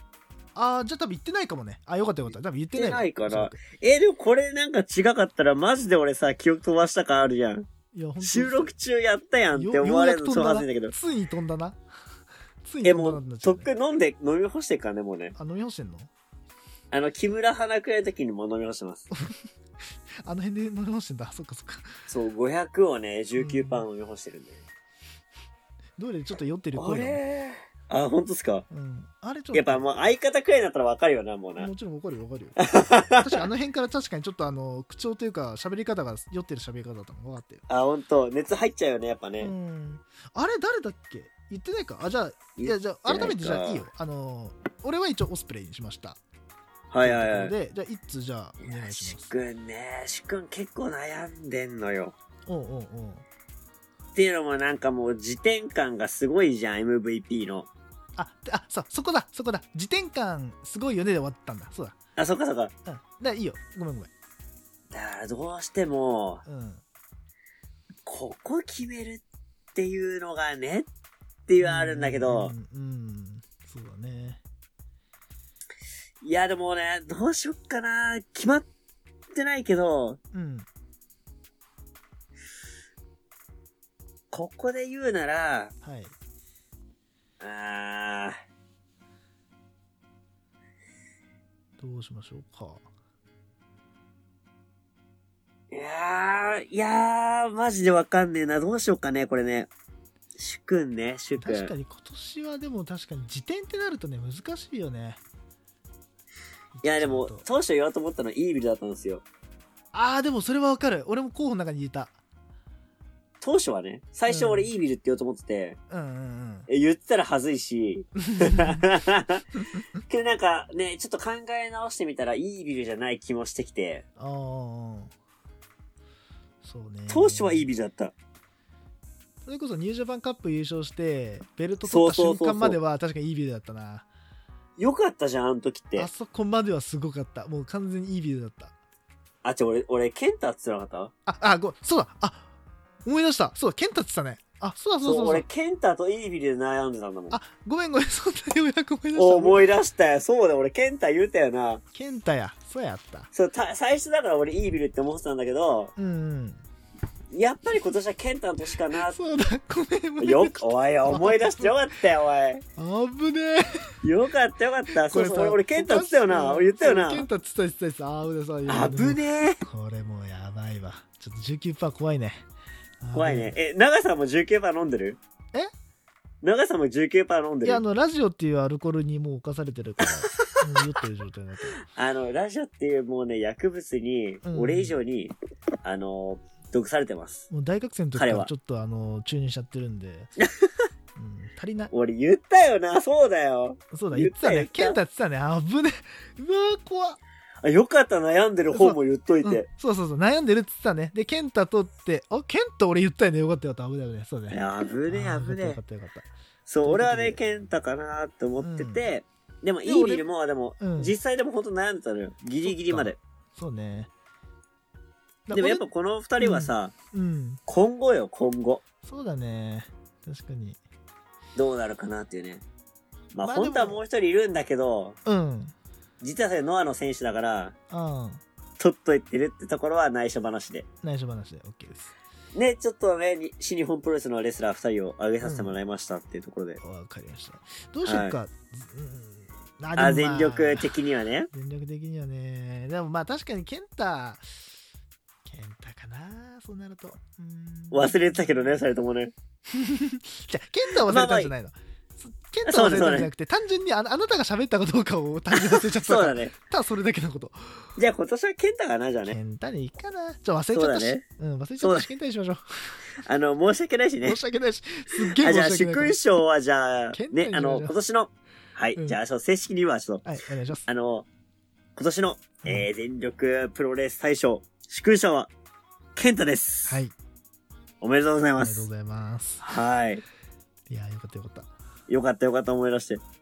Speaker 1: あーじゃあ多分言ってないかもねあよかったよかった多分言ってないわ
Speaker 2: 言ってないから
Speaker 1: おそく
Speaker 2: え、でもこれなんか違かったらマジで俺さ、記憶飛ばした感あるじゃん。
Speaker 1: いや本当に
Speaker 2: 収録中やったやんって
Speaker 1: よ
Speaker 2: 思われる
Speaker 1: よ
Speaker 2: の
Speaker 1: うやく飛ん
Speaker 2: 超
Speaker 1: だな
Speaker 2: はずいんだけど。
Speaker 1: ついに飛んだなついに
Speaker 2: え、
Speaker 1: 飛ん
Speaker 2: も
Speaker 1: だなってな
Speaker 2: う、
Speaker 1: っちゃ
Speaker 2: とっ
Speaker 1: うね
Speaker 2: くに飲んで、飲み干してっからね、もうね。
Speaker 1: あ飲み干してんの
Speaker 2: あの、木村花くらいの時にも飲み干してます。
Speaker 1: あの辺で飲み干してんだ。 [LAUGHS] そっかそっか。
Speaker 2: そう、500をね、19パー飲み干してるんで。
Speaker 1: どれちょっと酔ってる
Speaker 2: あ
Speaker 1: 声だね
Speaker 2: れあ、本当っすか
Speaker 1: うん。あれちょっと。
Speaker 2: やっぱもう相方くらいだったらわかるよな、もうな。
Speaker 1: もちろんわかるよわかる
Speaker 2: [LAUGHS]
Speaker 1: よ。確かあの辺から確かにちょっとあの口調というか喋り方が酔ってる喋り方だったの分かってる。
Speaker 2: あ、本当熱入っちゃうよね、やっぱ
Speaker 1: う
Speaker 2: ね。
Speaker 1: ん。あれ誰だっけ言ってないかあじゃあいやじゃあ
Speaker 2: 言
Speaker 1: 改
Speaker 2: ってな
Speaker 1: め
Speaker 2: いか
Speaker 1: てじゃあいいよ。あの俺は一応オスプレイにしました。
Speaker 2: はいはいはい。
Speaker 1: でじゃあ一通じゃあお願いし
Speaker 2: し
Speaker 1: ます。
Speaker 2: くんね、しくん結構悩んでんのよ。
Speaker 1: おうおうおう
Speaker 2: っていうのもなんかもう時点感がすごいじゃん、MVP の。
Speaker 1: あであそうそこだそこだ時点感すごいよねで終わったんだそうだ。
Speaker 2: あ、そっかそっか。
Speaker 1: うん。だからいいよごめんごめん。
Speaker 2: だからどうしても、
Speaker 1: うん。
Speaker 2: ここ決めるっていうのがね、っていうのはあるんだけど、
Speaker 1: うん、うんうんそうだね。
Speaker 2: いやでもね、どうしよっかな。決まってないけど、
Speaker 1: うん
Speaker 2: ここで言うなら、
Speaker 1: はい。
Speaker 2: あ
Speaker 1: どうしましょうか。
Speaker 2: ー、いやー、いやー、マジでわかんねえな。どうしよっかね、これね。主君ね、主君。
Speaker 1: 確かに今年はでも確かに辞典ってなるとね難しいよね
Speaker 2: いやでも
Speaker 1: ちょっ、と
Speaker 2: 当初言おうと思ったのイービルだったんですよ。
Speaker 1: ああでもそれはわかる俺も候補の中に入れた
Speaker 2: 当初はね、最初俺
Speaker 1: うん
Speaker 2: イービルって言おうと思ってて、
Speaker 1: うんうん
Speaker 2: え言ってたら恥ずいし、
Speaker 1: うん [LAUGHS]
Speaker 2: けどなんかね、ちょっと考え直してみたらイービルじゃない気もしてきて、
Speaker 1: あーそうね
Speaker 2: 当初はイービルだった。
Speaker 1: それこそニュージャパンカップ優勝してベルト取った
Speaker 2: そう
Speaker 1: 瞬
Speaker 2: そうそうそう
Speaker 1: 間までは確かにいいビルだったな
Speaker 2: よかったじゃん、あの時って
Speaker 1: あ。そこまではすごかったもう完全にいいビルだった
Speaker 2: あ、ちょ、俺、俺、ケンタっつってなかった
Speaker 1: ああごそうだあ思い出したそうだケンタって言ってたねあそうだそうそうそう
Speaker 2: 俺、ケンタとイービルで悩んでたんだもん。
Speaker 1: あごめんご [LAUGHS] めんそんなようやく思い出した
Speaker 2: 思い出したよ。そうだ、俺、ケンタ言うたよな。
Speaker 1: ケンタやそうやった
Speaker 2: そう、た最初だから俺、イービルって思ってたんだけど、
Speaker 1: うんうん
Speaker 2: やっぱり今年はケンタの年かな。
Speaker 1: そうだ、ごめん、ごめん
Speaker 2: よく、おい、思い出してよかったよ、お
Speaker 1: あぶねえ。
Speaker 2: い。よかった、よかった。そうそう、
Speaker 1: これ
Speaker 2: 俺、
Speaker 1: さ
Speaker 2: 俺ケンタっつったよな。俺言ったよ
Speaker 1: そうケン
Speaker 2: な。
Speaker 1: タつったつったつった。あぶねえ、そう
Speaker 2: あぶ
Speaker 1: え。
Speaker 2: ねえ。
Speaker 1: これもうやばいわ。ちょっと19%怖いね。
Speaker 2: 怖いね。え、長さんも19%飲んでる
Speaker 1: え
Speaker 2: 長さんも19%飲ん
Speaker 1: あぶねえ。
Speaker 2: で
Speaker 1: いや、
Speaker 2: る
Speaker 1: あの、ラジオっていうアルコールにもう侵されて
Speaker 2: [LAUGHS]
Speaker 1: るから、もう酔ってる状態になってる。
Speaker 2: あの、ラジオっていうもうね、薬物に
Speaker 1: う、ん
Speaker 2: 俺以上に、あの、毒されてます。
Speaker 1: もう大学生の時か
Speaker 2: 彼
Speaker 1: ら
Speaker 2: は
Speaker 1: ちょっとあの、注入しちゃってる
Speaker 2: [LAUGHS]
Speaker 1: んで。うん、足りない。
Speaker 2: 俺言ったよな、そうだよ。
Speaker 1: そうだ、
Speaker 2: 言
Speaker 1: 言
Speaker 2: っ
Speaker 1: ったてた
Speaker 2: 言
Speaker 1: ね。
Speaker 2: った
Speaker 1: ケンタって言ってたね。あぶねえ。うわー、怖っ。
Speaker 2: あよかった、悩んでる方も言っとい
Speaker 1: うん
Speaker 2: て。
Speaker 1: そうそうそう、悩んでるって言ってたね。で、ケンタ取って、あ、ケンタ俺言ったよね。よかったよかった。危ない危ない。そうだ
Speaker 2: い
Speaker 1: ね。
Speaker 2: や、危ね
Speaker 1: あ
Speaker 2: え、
Speaker 1: ーよ
Speaker 2: 危ね
Speaker 1: か
Speaker 2: え
Speaker 1: っ。たよかった。よかった
Speaker 2: そう、俺はね、健太かなって思ってて、でも、イ
Speaker 1: で
Speaker 2: ービルも、でも、
Speaker 1: うん
Speaker 2: 実際でも本当悩んでたのよ。ギリギリまで。
Speaker 1: そうね。だ
Speaker 2: でもやっ
Speaker 1: こ
Speaker 2: ぱこの二人はさ、
Speaker 1: れうん、
Speaker 2: 今後よ、今後。
Speaker 1: そうだね。確かに。
Speaker 2: どうなるかなっていうね。まあ、
Speaker 1: まあ
Speaker 2: 本当は
Speaker 1: でも
Speaker 2: もう一人いるんだけど、
Speaker 1: うん。
Speaker 2: 実はそれノアの選手だから、
Speaker 1: ああ、
Speaker 2: 取っといてるってところは内緒話で。
Speaker 1: 内緒話で OK です。
Speaker 2: ね、ちょっとね、に新日本プロレスのレスラー二人を上げさせてもらいましたっていうところで。
Speaker 1: わかりました。どうしようか。うん、あでもま
Speaker 2: あ、全力的にはね。
Speaker 1: 全力的にはね。でもまあ確かに健太、健太かな。そうなると。うん
Speaker 2: 忘れてたけどね、それともね。
Speaker 1: じゃあ健太は忘れたんじゃないの。そ健太は忘れたんじゃなくて、単純にあのあなたが喋ったかどうかを単純に忘れちゃったか
Speaker 2: [LAUGHS] そ
Speaker 1: ら
Speaker 2: うだね。
Speaker 1: た [LAUGHS] だそれだけのこと。
Speaker 2: じゃあ今年は健太かな、じゃあね。
Speaker 1: 健太でいいかな。ちょ忘れちゃったし。
Speaker 2: そうだね
Speaker 1: うん、忘れち
Speaker 2: そ
Speaker 1: ゃ
Speaker 2: う
Speaker 1: った
Speaker 2: だね
Speaker 1: し、健太にしましょう。
Speaker 2: あの、申し訳ないしね
Speaker 1: 申。し訳ないし、すっげ
Speaker 2: あ、
Speaker 1: え
Speaker 2: じゃあ、
Speaker 1: 申し訳
Speaker 2: 主
Speaker 1: ない
Speaker 2: 君。賞はじゃあ
Speaker 1: 健、太
Speaker 2: ね
Speaker 1: に、
Speaker 2: あの、
Speaker 1: じゃあ
Speaker 2: 今年の、はい、
Speaker 1: うん
Speaker 2: じゃあ、そう、正式には、ちょっと、
Speaker 1: はい、お願いします。
Speaker 2: あの、今年の、えー、全力プロレス大賞、主君賞は、健太です。
Speaker 1: はい、
Speaker 2: おめでとうござい
Speaker 1: あ
Speaker 2: ま
Speaker 1: りがとう
Speaker 2: す
Speaker 1: ご。ざいます。
Speaker 2: はい。
Speaker 1: いや、よかったよかった。
Speaker 2: よかったよかった思い出して。